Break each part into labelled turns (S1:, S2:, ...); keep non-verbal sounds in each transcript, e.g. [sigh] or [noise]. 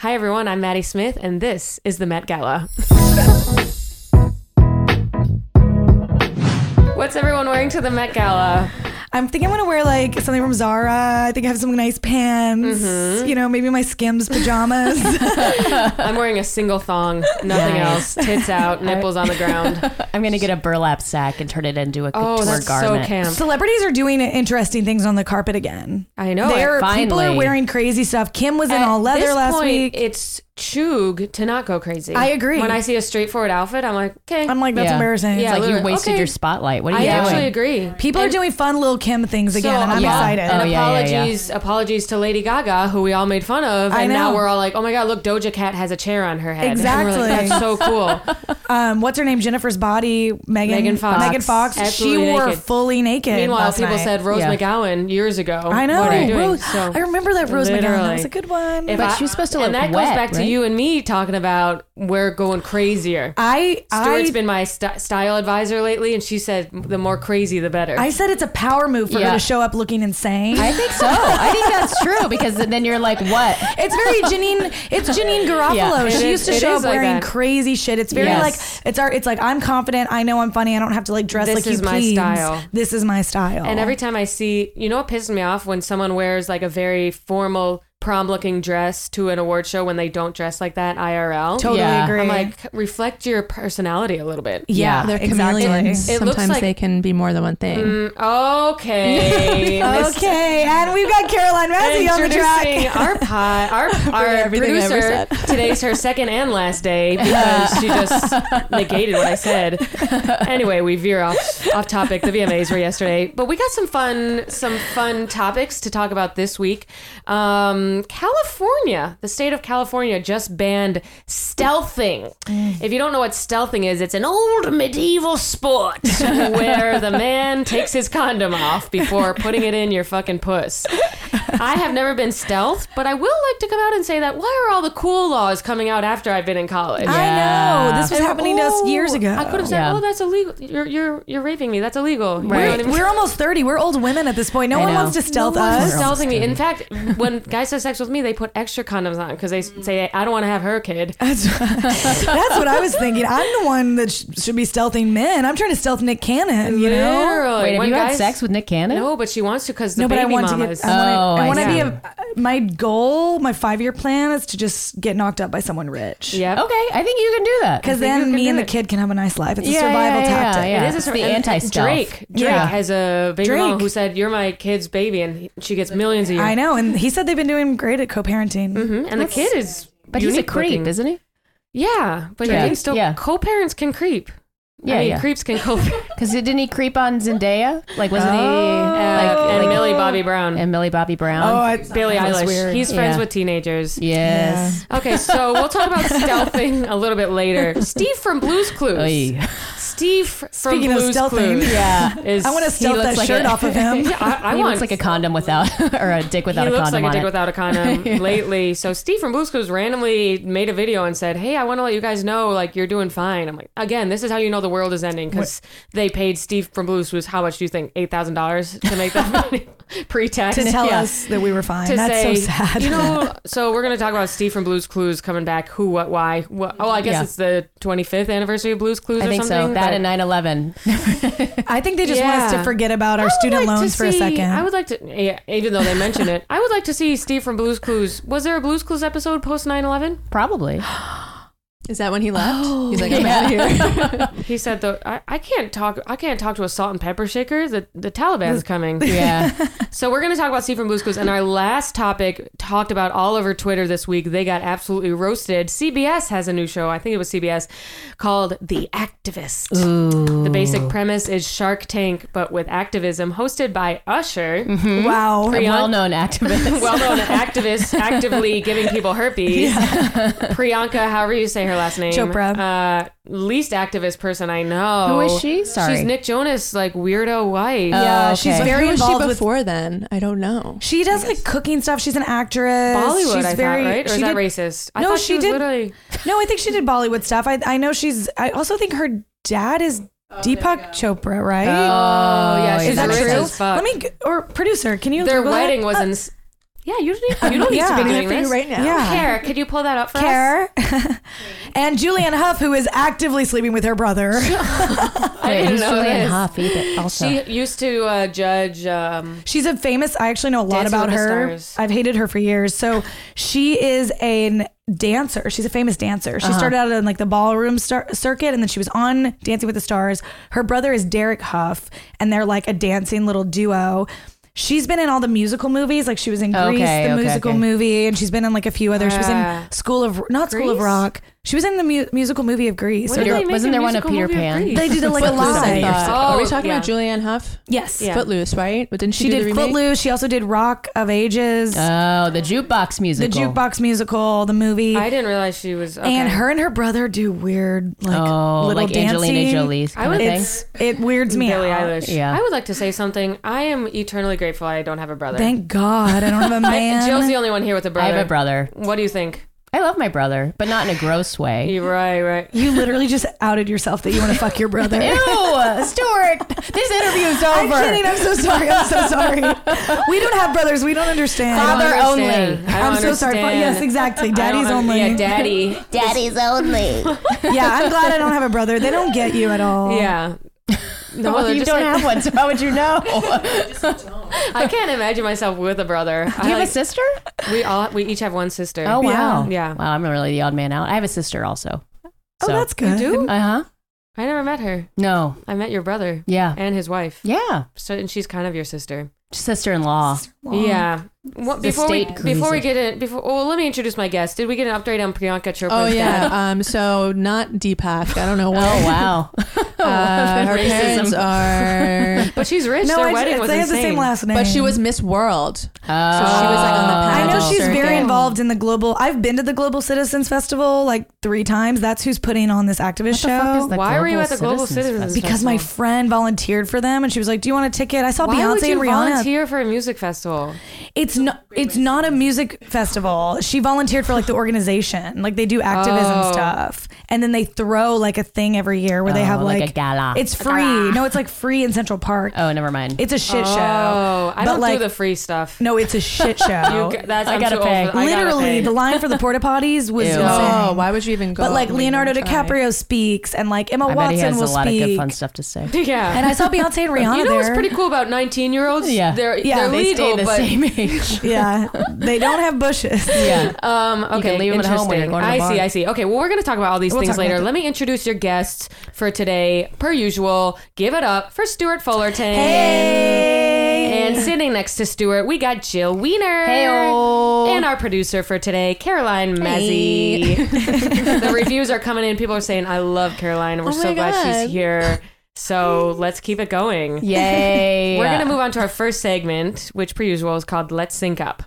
S1: Hi, everyone. I'm Maddie Smith, and this is the Met Gala. What's everyone wearing to the Met Gala?
S2: I'm thinking I'm gonna wear like something from Zara. I think I have some nice pants.
S1: Mm-hmm.
S2: You know, maybe my Skims pajamas.
S1: [laughs]
S2: [laughs]
S1: I'm wearing a single thong, nothing
S3: Nice.
S1: else. Tits out, nipples on the
S2: [laughs]
S1: ground.
S3: I'm gonna get a burlap sack and turn it into a
S1: Oh,
S3: couture
S1: that's
S3: garment.
S1: so camp.
S2: Celebrities are doing interesting things on the carpet again.
S1: I know.
S2: They're, people are
S3: finally.
S2: wearing crazy stuff. Kim was in
S1: At
S2: all leather
S1: this
S2: last
S1: point,
S2: week.
S1: It's chug to not go crazy.
S2: I agree.
S1: When I see a straightforward outfit, I'm like, okay.
S2: I'm like, that's
S3: Yeah.
S2: embarrassing.
S1: Yeah.
S3: It's like you
S1: literally.
S3: wasted
S1: Okay.
S3: your spotlight. What are
S1: I
S3: you
S1: actually
S3: doing?
S1: agree.
S2: People are doing fun little Kim things again, and I'm
S3: yeah.
S2: excited.
S3: Oh,
S1: And
S3: yeah, yeah, yeah.
S1: apologies, apologies to Lady Gaga, who we all made fun of,
S2: I
S1: and now
S2: know.
S1: we're all like, "Oh my God, look, Doja Cat has a chair on her head." And we're like,
S2: Exactly.
S1: that's so cool.
S3: [laughs]
S2: um, what's her name? Jennifer's body. Megan,
S1: Megan Fox.
S2: Megan Fox.
S1: Absolutely
S2: she wore
S1: naked.
S2: fully naked.
S1: Meanwhile,
S2: last
S1: people
S2: night.
S1: said Rose
S3: Yeah.
S1: McGowan years ago.
S2: I know.
S1: What are you doing?
S2: Rose,
S1: So-
S2: I remember that Rose McGowan. That
S1: Literally.
S2: was a good one.
S1: If
S3: But
S1: I-
S3: she was supposed to
S1: and
S3: look
S1: that goes
S3: wet,
S1: back to
S3: right?
S1: you and me talking about we're going crazier.
S2: I,
S1: Stuart's
S2: I,
S1: been my st- style advisor lately, and she said the more crazy, the better.
S2: I said it's a power move for her
S3: Yeah.
S2: to show up looking insane.
S3: I think so. I think that's true because then you're like,
S1: [laughs]
S3: what?
S2: It's very Janine. It's Janine Garofalo.
S3: Yeah. It
S2: she
S1: is-
S2: used to
S1: it
S2: show
S1: is
S2: up
S1: like
S2: wearing
S1: that.
S2: crazy shit. It's very
S3: Yes.
S2: like it's our. It's like I'm confident. I know I'm funny. I don't have to like dress
S1: This
S2: like you
S1: is my
S2: please.
S1: style.
S2: This is my style.
S1: And every time I see, you know what pisses me off when someone wears like a very formal prom looking dress to an award show when they don't dress like that IRL.
S2: totally
S3: Yeah.
S2: agree.
S1: I'm like, reflect your personality a little bit.
S3: [laughs]
S2: yeah,
S4: They're
S2: exactly.
S4: chameleons.
S1: It looks
S4: Sometimes
S1: like-
S4: they can be more than one thing.
S1: Mm, okay. Miss-
S2: Okay, and we've got Caroline Massey on the track.
S1: "Oh, Introducing
S4: [laughs]
S1: our pod, our, our
S4: everything I ever
S1: producer. Today's her second and last day because she just
S4: [laughs]
S1: negated what I said. Anyway, we veer off off topic. The VMAs were yesterday, but we got some fun some fun topics to talk about this week. Um, California, the state of California, just banned stealthing.
S4: Mm.
S1: If you don't know what stealthing is, it's an old medieval sport [laughs] where the man takes his condom off before putting it in your fucking puss. I have never been stealth, but I will like to come out and say that why are all the cool laws coming out after I've been in college?
S2: I know
S3: Yeah.
S2: this was happening to us years ago.
S1: I could have said,
S3: Yeah.
S1: "Oh, that's illegal. You're you're you're raping me. That's illegal." You know
S3: Right.
S1: what I
S2: We're,
S1: mean?
S2: we're almost thirty. We're old women at this point. No
S3: I
S2: one
S3: know.
S2: wants to stealth
S1: No one's
S2: us.
S1: Stealthing me. In fact, when guys have sex with me, they put extra condoms on because they s- say, "I don't want to have her kid."
S3: Uh,
S2: That's what I was thinking. I'm the one that sh- should be stealthing men. I'm trying to stealth Nick Cannon. You know.
S1: Literally.
S3: Wait, have
S1: When
S3: you had
S1: guys-
S3: sex with Nick Cannon?
S1: No, but she wants to because the
S2: no, but
S1: baby
S2: I want to
S1: mama
S2: get.
S1: is.
S2: I want
S3: Oh,
S2: to, I
S3: I
S2: want to be
S3: see.
S2: a. My goal, my five-year plan is to just get knocked up by someone rich.
S1: Yep.
S3: Okay, I think you can do that.
S2: Because
S1: you
S2: then
S1: can
S2: me
S1: do
S2: and the
S1: it.
S2: kid can have a nice life. It's a
S3: Yeah,
S2: survival
S3: yeah, yeah,
S2: tactic.
S3: yeah.
S1: It is a
S3: It's
S1: sort
S3: the
S1: of- and-
S3: anti-stealth.
S1: Drake. Drake
S2: Yeah.
S1: has a baby mama
S2: Drake.
S1: who said, "You're my kid's baby," and he- she gets millions a year.
S2: I know, and he said they've been doing great at co-parenting.
S1: Mhm. And the kid is.
S3: But he's a
S1: unique
S3: creep,
S1: looking.
S3: isn't he?
S1: Yeah, but
S3: Yeah.
S1: you can still
S3: Yeah.
S1: co-parents can creep. I
S3: Yeah,
S1: mean,
S3: yeah.
S1: creeps can
S3: [laughs]
S1: co.
S3: Because didn't he creep on Zendaya? Like, wasn't he?
S1: and,
S3: Like,
S1: Oh, and
S3: like-
S1: Millie Bobby Brown,
S3: and Millie Bobby Brown.
S2: I,
S1: Oh, Billie
S2: that was
S1: Eilish.
S2: weird.
S1: He's friends
S3: Yeah.
S1: with teenagers.
S3: yes.
S1: Okay, so we'll talk
S3: [laughs]
S1: about stealthing a little bit later. Steve from Blue's Clues.
S3: Oy. [laughs]
S1: Steve from
S2: Speaking of
S1: Blue's
S2: stealthing.
S1: Clues.
S3: Yeah.
S1: Is,
S2: I want to stealth
S3: looks
S2: that
S3: like
S2: shirt
S3: a-
S2: off of
S1: [laughs]
S2: him.
S1: I, I
S3: he
S1: want
S3: looks like a condom without, [laughs] or a dick
S1: he
S3: without a
S1: looks
S3: condom
S1: like a dick
S3: on it.
S1: without a
S3: [laughs]
S1: condom lately. So Steve from Blue's Clues randomly made a video and said, "Hey, I want to let you guys know like you're doing fine." I'm like, again, this is how you know the world is ending because they paid Steve from Blue's Clues how much do you think eight thousand dollars to make that
S3: [laughs]
S1: pre-tax
S2: to tell
S3: Yeah.
S2: us that we were fine.
S1: to
S2: That's
S1: say,
S2: so sad.
S1: you know, so we're gonna talk about Steve from Blue's Clues coming back. Who, what, why? What, oh, I guess
S3: Yeah.
S1: it's the 25th anniversary of Blue's Clues
S3: I
S1: or
S3: think
S1: something.
S3: so. That
S1: but
S3: and 9 11.
S2: [laughs] I think they just want us
S1: Yeah.
S2: to forget about our
S1: I would
S2: student
S1: like to
S2: loans for a
S1: see-
S2: second.
S1: I would like to, yeah, even though they mention it, I would like to see Steve from Blue's Clues. Was there a Blue's Clues episode post 9/11?
S3: [laughs]
S1: [laughs]
S3: Probably.
S4: Is that when he
S2: [gasps]
S4: left? He's Oh, [laughs] like, I'm
S3: Yeah.
S4: out of here.
S1: He said though, I, I can't talk. I can't talk to a salt and pepper shaker. The the
S3: [laughs]
S1: Taliban's coming.
S3: Yeah.
S1: So we're going to talk about Steve from Blue's Clues. And our last topic talked about all over Twitter this week. They got absolutely roasted. CBS has a new show. I think it was CBS called The Activist. The basic premise is Shark Tank, but with activism, hosted by Usher,
S2: wow.
S3: A well
S1: [laughs]
S3: known activist.
S1: well-known
S3: [laughs]
S1: activist, actively giving people herpes. Priyanka, however you say her last name,
S2: Chopra.
S1: uh, least activist person I know.
S3: Who is she? Sorry.
S1: she's Nick Jonas, like weirdo wife.
S2: Yeah,
S3: Oh,
S2: she's
S3: okay.
S2: very
S4: Who was
S2: involved
S4: she
S2: with.
S4: before then? I don't know.
S2: She does like cooking stuff. She's an actress.
S1: Bollywood,
S2: She's
S1: I
S2: very,
S1: thought, right? Or
S2: she
S1: is that
S2: did-
S1: racist? I
S2: No,
S1: thought
S2: she
S1: was
S2: did-
S1: literally.
S2: [laughs] No, I think she did Bollywood stuff. I, I know she's. I also think her dad is Deepak Chopra, right?
S1: Oh, yeah,
S3: yeah,
S1: she's
S2: is that
S3: that's
S1: rich
S2: true?
S1: as fuck.
S2: Let me g- or producer, can you?
S1: Their
S2: Google that?
S1: wedding was
S2: Uh,
S1: in. Yeah, you don't need, you don't
S2: Yeah.
S1: need to be
S2: Doing
S1: doing
S4: for
S1: this.
S4: you right now.
S2: Yeah.
S1: Care, could you pull that up for us?
S2: Care. [laughs] and Julianne Huff, who is actively sleeping with her brother.
S1: I
S3: Wait,
S1: didn't
S3: who's
S1: know
S3: Julianne
S1: this.
S3: Hough either? Also,
S1: She used to uh, judge. Um,
S2: She's a famous. I actually know a lot
S1: Dancing
S2: about
S1: with the
S2: her.
S1: Stars.
S2: I've hated her for years. So she is an dancer. She's a famous dancer. She started out in like the ballroom star- circuit, and then she was on Dancing with the Stars. Her brother is Derek Huff, and they're like a dancing little duo. She's been in all the musical movies. Like she was in Grease,
S3: Okay,
S2: the
S3: okay,
S2: musical
S3: okay.
S2: movie, and she's been in like a few others. she was
S1: Ah.
S2: in School of not School of
S1: Grease?
S2: Rock. She was in the mu- musical movie of Grease.
S1: when
S2: Or
S1: did
S2: the-
S1: they make
S3: wasn't
S1: a
S3: there one of
S1: musical
S3: Peter
S1: movie
S3: Pan?
S1: Grease?
S2: they did it like a
S4: I
S2: live.
S4: thought. Are we
S1: Oh,
S4: talking
S1: yeah.
S4: about Julianne Huff?
S2: Yes.
S1: Yeah.
S4: Footloose, right? But didn't she,
S2: She
S4: do
S2: did
S4: the remake?
S2: Footloose. She also did Rock of Ages.
S3: oh, the jukebox
S2: the
S3: musical.
S2: jukebox musical, the movie,
S1: I didn't realize she was. Okay.
S2: and her and her brother do weird like
S3: Oh,
S2: little
S3: like
S2: dancing.
S3: Angelina Jolie's
S1: I
S3: kind
S1: would-
S3: of thing.
S2: It's it weirds me
S1: Billie
S2: out.
S1: Eilish.
S3: Yeah.
S1: I would like to say something. I am eternally grateful I don't have a brother.
S2: Thank God I don't
S3: [laughs]
S2: have a
S1: I, Jill's
S2: man.
S1: the only one here with a
S3: I
S1: brother.
S3: have a brother.
S1: What do you think?
S3: I love my brother, but not in a gross way.
S1: You right, right.
S2: you literally just outed yourself that you want to fuck your brother.
S3: [laughs] Ew, Stuart, this interview
S2: [laughs]
S3: is
S2: I'm
S3: over.
S2: kidding. I'm so sorry. I'm so sorry.
S3: [laughs]
S2: We don't have brothers. We don't understand.
S3: Father
S1: I don't
S3: only.
S1: understand. I don't
S2: I'm so sorry. Fa-
S1: understand.
S2: Yes, exactly.
S1: I don't
S2: Daddy's
S1: un-
S2: only.
S1: Yeah, daddy.
S5: Daddy's only.
S2: [laughs] Yeah, I'm glad I don't have a brother. They don't get you at all.
S1: Yeah. No,
S3: Well,
S1: they're
S3: you
S1: just
S3: don't
S1: like-
S3: have one, so how would you
S1: [laughs]
S3: know? Do
S1: I can't imagine myself with a brother. I
S3: you have a
S1: like-
S3: sister?
S1: we all we each have one sister.
S3: Oh wow,
S1: Yeah.
S3: Wow, I'm really the odd man out. I have a sister also.
S2: Oh, that's good.
S1: do?
S3: Uh huh.
S1: I never met her.
S3: No.
S1: I met your brother
S3: Yeah.
S1: and his wife.
S3: Yeah.
S1: So and she's kind of your sister.
S3: Sister-in-law.
S1: Yeah. What, before we
S3: state
S1: before we
S3: cruiser.
S1: get in before well let me introduce my guest. Did we get an update on Priyanka Chopra's
S4: Oh
S1: dad?
S4: yeah. Um. So not Deepak. I don't
S3: [laughs]
S4: know
S3: Oh
S1: [laughs]
S4: why.
S3: wow.
S4: Uh, her
S3: Racism.
S1: [laughs]
S4: parents are.
S1: [laughs] But she's rich.
S2: No,
S1: Their
S2: I,
S1: wedding was
S2: they have the
S1: insane.
S2: same last name.
S4: But she was Miss World.
S3: Oh.
S4: So she was like on the
S2: I know
S4: pageant
S2: she's
S4: circuit.
S2: very involved in the global. I've been to the Global Citizens Festival like three times. That's who's putting on this activist
S3: What the fuck is
S2: show.
S3: the
S1: Why were you
S3: Global
S1: at the Global
S3: Citizens
S1: Citizens?
S3: Festival?
S2: Because my friend volunteered for them, and she was like, "Do you want a ticket?" I saw
S1: Why
S2: Beyonce
S1: would you
S2: and Rihanna.
S1: volunteer for a music festival?
S2: It's not. It's not a music festival. She volunteered for like the organization. Like they do activism
S1: Oh.
S2: stuff, and then they throw like a thing every year where they
S3: Oh,
S2: have
S3: like
S2: like,
S3: a gala.
S2: It's free. No, it's like free in Central Park.
S3: Oh, never mind.
S2: It's a shit show.
S1: Oh, I
S2: But,
S1: don't
S2: like-
S1: do the free stuff.
S2: No, it's a shit show.
S1: You, g- that's,
S3: I
S1: I'm
S3: gotta
S1: too old
S3: pay.
S1: for- I gotta
S2: Literally,
S1: pay.
S2: the line for the porta potties was
S3: Ew.
S2: insane.
S4: Oh, why would you even go?
S2: But like
S4: and
S2: Leonardo
S4: try?
S2: DiCaprio speaks, and like Emma
S3: I bet he
S2: Watson
S3: has
S2: will
S3: a lot
S2: speak.
S3: of good fun stuff
S1: [laughs]
S3: to say.
S1: yeah.
S2: And I saw Beyonce and Rihanna
S1: you know what's
S2: there.
S1: pretty cool about 19 year olds?
S3: Yeah.
S1: They're, they're
S2: Yeah,
S3: they
S1: legal,
S3: stay the
S1: but.
S3: same age.
S2: yeah, they don't have bushes.
S3: yeah.
S1: Um, okay,
S3: can leave 'em at home when you're
S1: interesting.
S3: going to the
S1: I
S3: bar.
S1: see, I see. Okay, well, we're going to talk about all these
S2: We'll
S1: things
S2: talk
S1: later.
S2: about
S1: Let me introduce your guests for today, per usual. Give it up for Stuart Fullerton.
S2: Hey.
S1: And sitting next to Stuart, we got Jill Wiener.
S3: Hey-o.
S1: And our producer for today, Caroline Mazzy.
S3: [laughs]
S1: the reviews are coming in. People are saying, I love Caroline. We're
S4: Oh
S1: so
S4: my
S1: glad
S4: God.
S1: she's here. So let's keep it going.
S3: Yay.
S1: We're going to move on to our first segment, which, per usual, is called Let's Sync Up.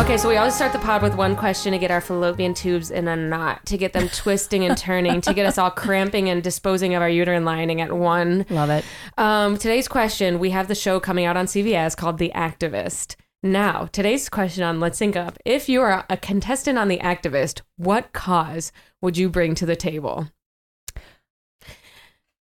S1: Okay, so we always start the pod with one question to get our fallopian tubes in a knot, to get them twisting and turning, to get us all cramping and disposing of our uterine lining at one [laughs]
S3: Love it.
S1: um, today's question we have the show coming out on CBS called The Activist. Now, today's question on Let's Sync Up if you are a contestant on The Activist, what cause would you bring to the table?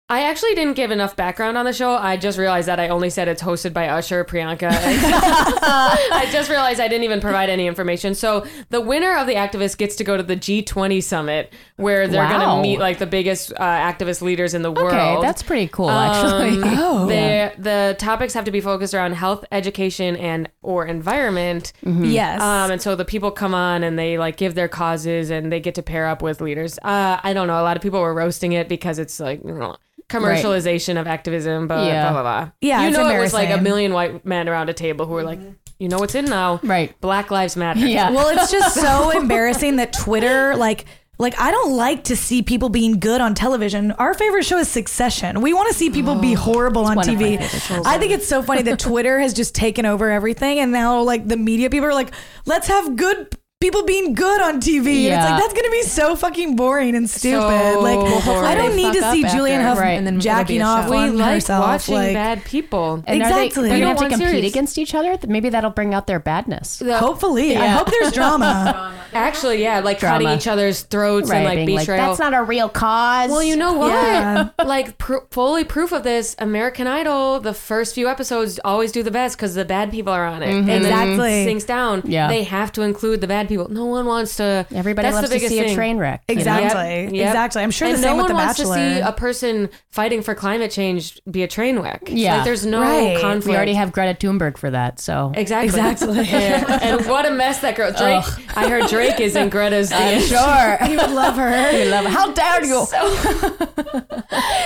S1: I actually didn't give enough background on the show. I just realized that I only said it's hosted by Usher, Priyanka. [laughs] I just realized I didn't even provide any information. So the winner of the activist gets to go to the G20 summit, where they're going
S3: Wow.
S1: to meet like the biggest uh, activist leaders in the world.
S3: Okay, that's pretty cool,
S1: [laughs]
S3: actually. [laughs]
S1: Um,
S2: Oh.
S1: the the topics have to be focused around health, education, and or environment.
S3: Mm-hmm.
S2: Yes.
S1: Um, and so the people come on and they like give their causes and they get to pair up with leaders. Uh, I don't know. A lot of people were roasting it because it's like [sniffs] you know, commercialization of activism. Blah,
S3: Yeah.
S1: blah blah blah.
S2: Yeah,
S1: you
S2: it's
S1: know it was like a
S2: embarrassing.
S1: million white men around a table who were like, you know what's in now,
S3: Right.
S1: Black Lives Matter.
S3: Yeah.
S2: well, it's just so embarrassing that Twitter, like, like I don't like to see people being good on television. Our favorite show is Succession. We want to see people be horrible on
S3: one of my
S2: TV.
S3: favorite
S2: I think it's so funny that Twitter has just taken over everything, and now like the media people are like, let's have good people being good on TV. And it's
S3: Yeah.
S2: like that's gonna be so fucking boring and stupid.
S4: So
S2: like
S4: boring.
S2: I don't
S4: They
S2: need to
S4: fuck
S2: see
S4: up
S2: Julian
S4: after,
S2: Huff
S3: right,
S4: and then it'll be
S2: jacking
S4: a
S2: off
S4: show.
S1: we
S2: on
S1: like
S2: herself.
S1: watching
S2: Like
S1: bad people.
S2: Exactly.
S3: And are they,
S2: We don't
S3: they're going to have
S1: want
S3: to compete
S1: series.
S3: against each other? Maybe that'll bring out their badness.
S2: hopefully, I
S3: Yeah.
S2: hope there's drama.
S1: Actually, yeah, like
S3: Drama.
S1: cutting each other's throats and like
S3: being
S1: betrayal.
S3: that's not a real cause.
S1: well, you know what?
S2: Yeah.
S1: [laughs] Like pr- fully proof of this, American Idol. The first few episodes always do the best because the bad people are on it, and then it
S2: Mm-hmm. Exactly.
S1: sinks down.
S3: Yeah.
S1: they have to include the bad people. No one wants to.
S3: Everybody
S1: that's
S3: loves
S1: the
S3: to
S1: biggest
S3: see
S1: thing.
S3: a train wreck. you know?
S2: Exactly.
S1: Yep, yep.
S2: Exactly. I'm sure
S1: and
S2: the
S1: no
S2: same
S1: one
S2: with The
S1: wants
S2: Bachelor.
S1: to see a person fighting for climate change be a train wreck.
S3: Yeah.
S1: like, there's no
S2: Right.
S1: conflict.
S3: We already have Greta Thunberg for that, so
S1: Exactly.
S2: Exactly.
S1: and, [laughs] and what a mess that girl. Drake. I heard Drake is in Greta's
S2: [laughs]
S1: dance. [laughs]
S3: sure you would love her. [laughs] You love her. How dare you?
S1: [laughs]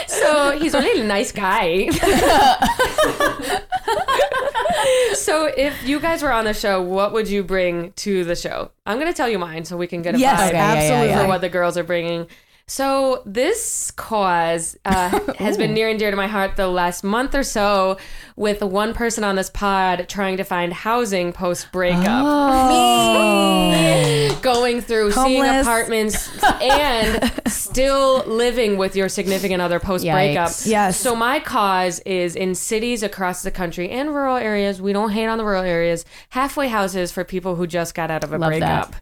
S1: So he's really a nice guy. [laughs] so if you guys were on the show, what would you bring to the show? I'm going to tell you mine so we can get a
S2: Yes,
S1: vibe
S3: Okay, yeah, yeah,
S2: absolutely.
S3: yeah.
S1: for what the girls are bringing. So this cause uh, has
S3: [laughs]
S1: been near and dear to my heart the last month or so, with one person on this pod trying to find housing post
S3: Oh.
S1: breakup, [laughs] going through seeing
S2: Homeless.
S1: apartments and still living with your significant other post breakup.
S3: Yikes.
S2: Yes.
S1: So my cause is in cities across the country and rural areas. We don't hate on the rural areas. Halfway houses for people who just got out of a
S3: Love
S1: breakup.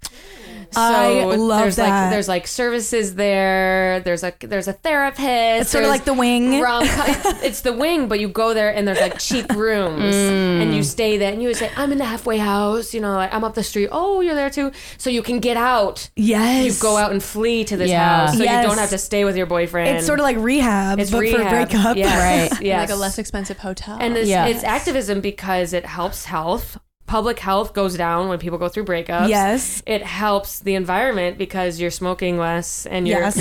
S1: So
S2: I love
S1: there's
S2: that.
S1: like there's like services there. There's like there's a therapist.
S2: It's sort of
S1: there's
S2: like the wing.
S1: rom- it's the wing, but you go there and there's like
S2: [laughs]
S1: cheap rooms
S2: Mm.
S1: and you stay there and you would say, I'm in the halfway house, you know, like I'm up the street. Oh, you're there too. So you can get out.
S2: Yes.
S1: You go out and flee to this
S3: Yeah.
S1: house. So
S2: Yes.
S1: you don't have to stay with your boyfriend.
S2: It's sort of like rehab,
S1: It's
S2: but for
S1: rehab.
S2: a breakup. [laughs]
S1: Yes.
S3: Right.
S1: Yes.
S4: Like a less expensive hotel.
S1: And it's,
S3: Yeah.
S1: it's activism because it helps health. Public health goes down when people go through breakups.
S2: Yes.
S1: It helps the environment because you're smoking less and you're. [laughs]
S2: Yes.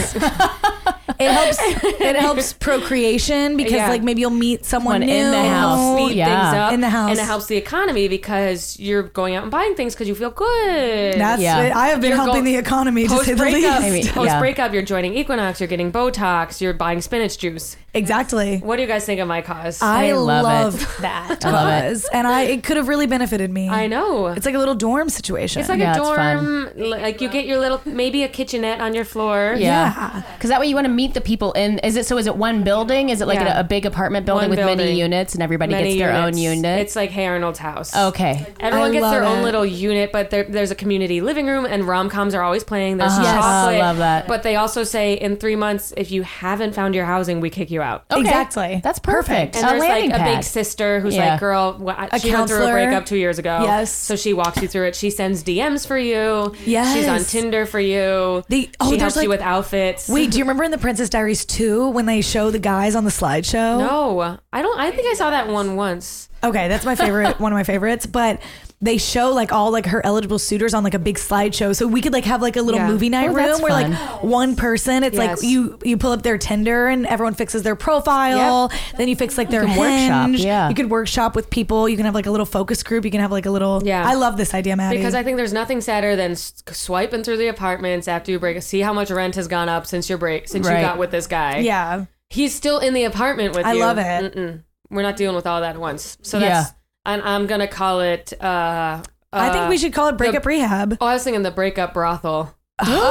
S2: it helps it helps procreation because
S1: Yeah.
S2: like maybe you'll meet someone
S3: Someone
S2: new
S3: in the house.
S1: Speed
S3: Yeah.
S1: things up
S2: In the house.
S1: and it helps the economy because you're going out and buying things because you feel good.
S2: That's
S3: Yeah.
S2: it. I have been
S1: You're
S2: helping
S1: go-
S2: the economy to
S1: post
S2: say the
S1: breakup,
S2: least.
S3: Maybe.
S1: post
S3: Yeah.
S1: breakup, you're joining Equinox, you're getting Botox, you're buying spinach juice.
S2: Exactly.
S1: What do you guys think of my cause?
S2: I,
S3: I love
S2: love,
S3: it.
S2: that
S3: I love it.
S2: cause, and I it could have really benefited me.
S1: I know.
S2: It's like a little dorm situation.
S1: It's like
S3: Yeah,
S1: a
S3: it's
S1: dorm, like you get your little maybe a kitchenette on your floor.
S3: Yeah, because that way you want to meet the people in. Is it so? Is it one building? Is it like
S1: Yeah.
S3: a, a big apartment building
S1: One
S3: with
S1: building.
S3: many units and everybody
S1: Many
S3: gets their own
S1: units.
S3: unit?
S1: It's like Hey Arnold's house.
S3: okay.
S1: Everyone
S2: I
S1: gets
S2: love
S1: their own
S2: it.
S1: little unit, but there, there's a community living room, and rom coms are always playing. There's
S3: Uh-huh. Yes.
S1: chocolate.
S3: Oh, love that.
S1: But they also say in three months, if you haven't found your housing, we kick you out.
S3: Okay.
S2: Exactly.
S3: That's perfect.
S1: And
S3: a
S1: there's like
S3: landing
S1: a
S3: pad.
S1: big sister who's
S3: Yeah.
S1: like, "Girl, wha- she went through a
S2: counselor.
S1: breakup two years ago.
S2: Yes.
S1: so she walks you through it. She sends DMs for you. she's
S2: Yes.
S1: on Tinder for you.
S2: The- oh,
S1: she
S2: there's
S1: helps you
S2: like-
S1: with outfits.
S2: Wait, do you remember in the Princess Diaries 2 when they show the guys on the slideshow?
S1: No, I don't. I think I saw that one once.
S2: Okay, that's my favorite, one of my favorites. But they show like all like her eligible suitors on like a big slideshow, so we could like have like a little
S1: Yeah.
S2: movie night
S3: Oh, that's
S2: room where like one person, it's
S1: Yes.
S2: like you you pull up their Tinder and everyone fixes their profile, then you fix like their
S3: can workshop,
S2: Hinge.
S3: yeah.
S2: you could workshop with people. You can have like a little focus group. You can have like a little.
S1: Yeah.
S2: I love this idea, Maddie.
S1: Because I think there's nothing sadder than s- swiping through the apartments after you break. See how much rent has gone up since your break, since you
S3: Right.
S1: got with this guy.
S2: yeah,
S1: he's still in the apartment with
S2: I
S1: you.
S2: love it.
S1: Mm-mm. We're not dealing with all that at once. So
S3: Yeah.
S1: that's. And I'm gonna call it. Uh,
S2: I
S1: uh,
S2: think we should call it breakup rehab.
S1: Oh, I was thinking the breakup brothel.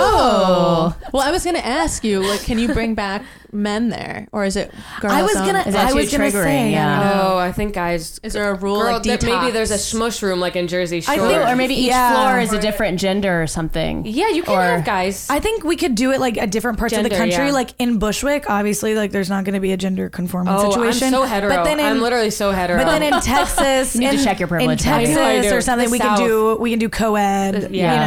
S4: oh. Well, I was going to ask you, like, can you bring back men there? Or is it girls?
S2: I was
S4: only?
S2: gonna.
S3: Is that
S2: I
S3: too
S2: was gonna
S3: triggering?
S2: say.
S3: Yeah.
S2: I don't know.
S1: Oh, I think guys.
S4: Is there a rule?
S1: Girl,
S4: like
S1: there- maybe
S4: detox?
S1: there's a smush room like in Jersey Shore.
S2: I think-
S3: Or maybe each
S2: Yeah.
S3: floor is a different gender or something.
S1: yeah, you can
S3: or-
S1: have guys.
S2: I think we could do it like at different parts of the
S1: Gender,
S2: country.
S1: yeah.
S2: Like in Bushwick, obviously, like there's not going to be a gender conforming
S1: oh,
S2: situation.
S1: I'm so hetero.
S2: But then in,
S1: I'm literally so hetero.
S2: but then
S1: [laughs]
S2: in Texas,
S3: need to
S2: in-
S3: check your privilege,
S2: In
S3: Maddie.
S2: Texas
S1: I know I do.
S2: or something,
S1: The
S2: we can do we can do co-ed.
S3: Yeah.
S2: You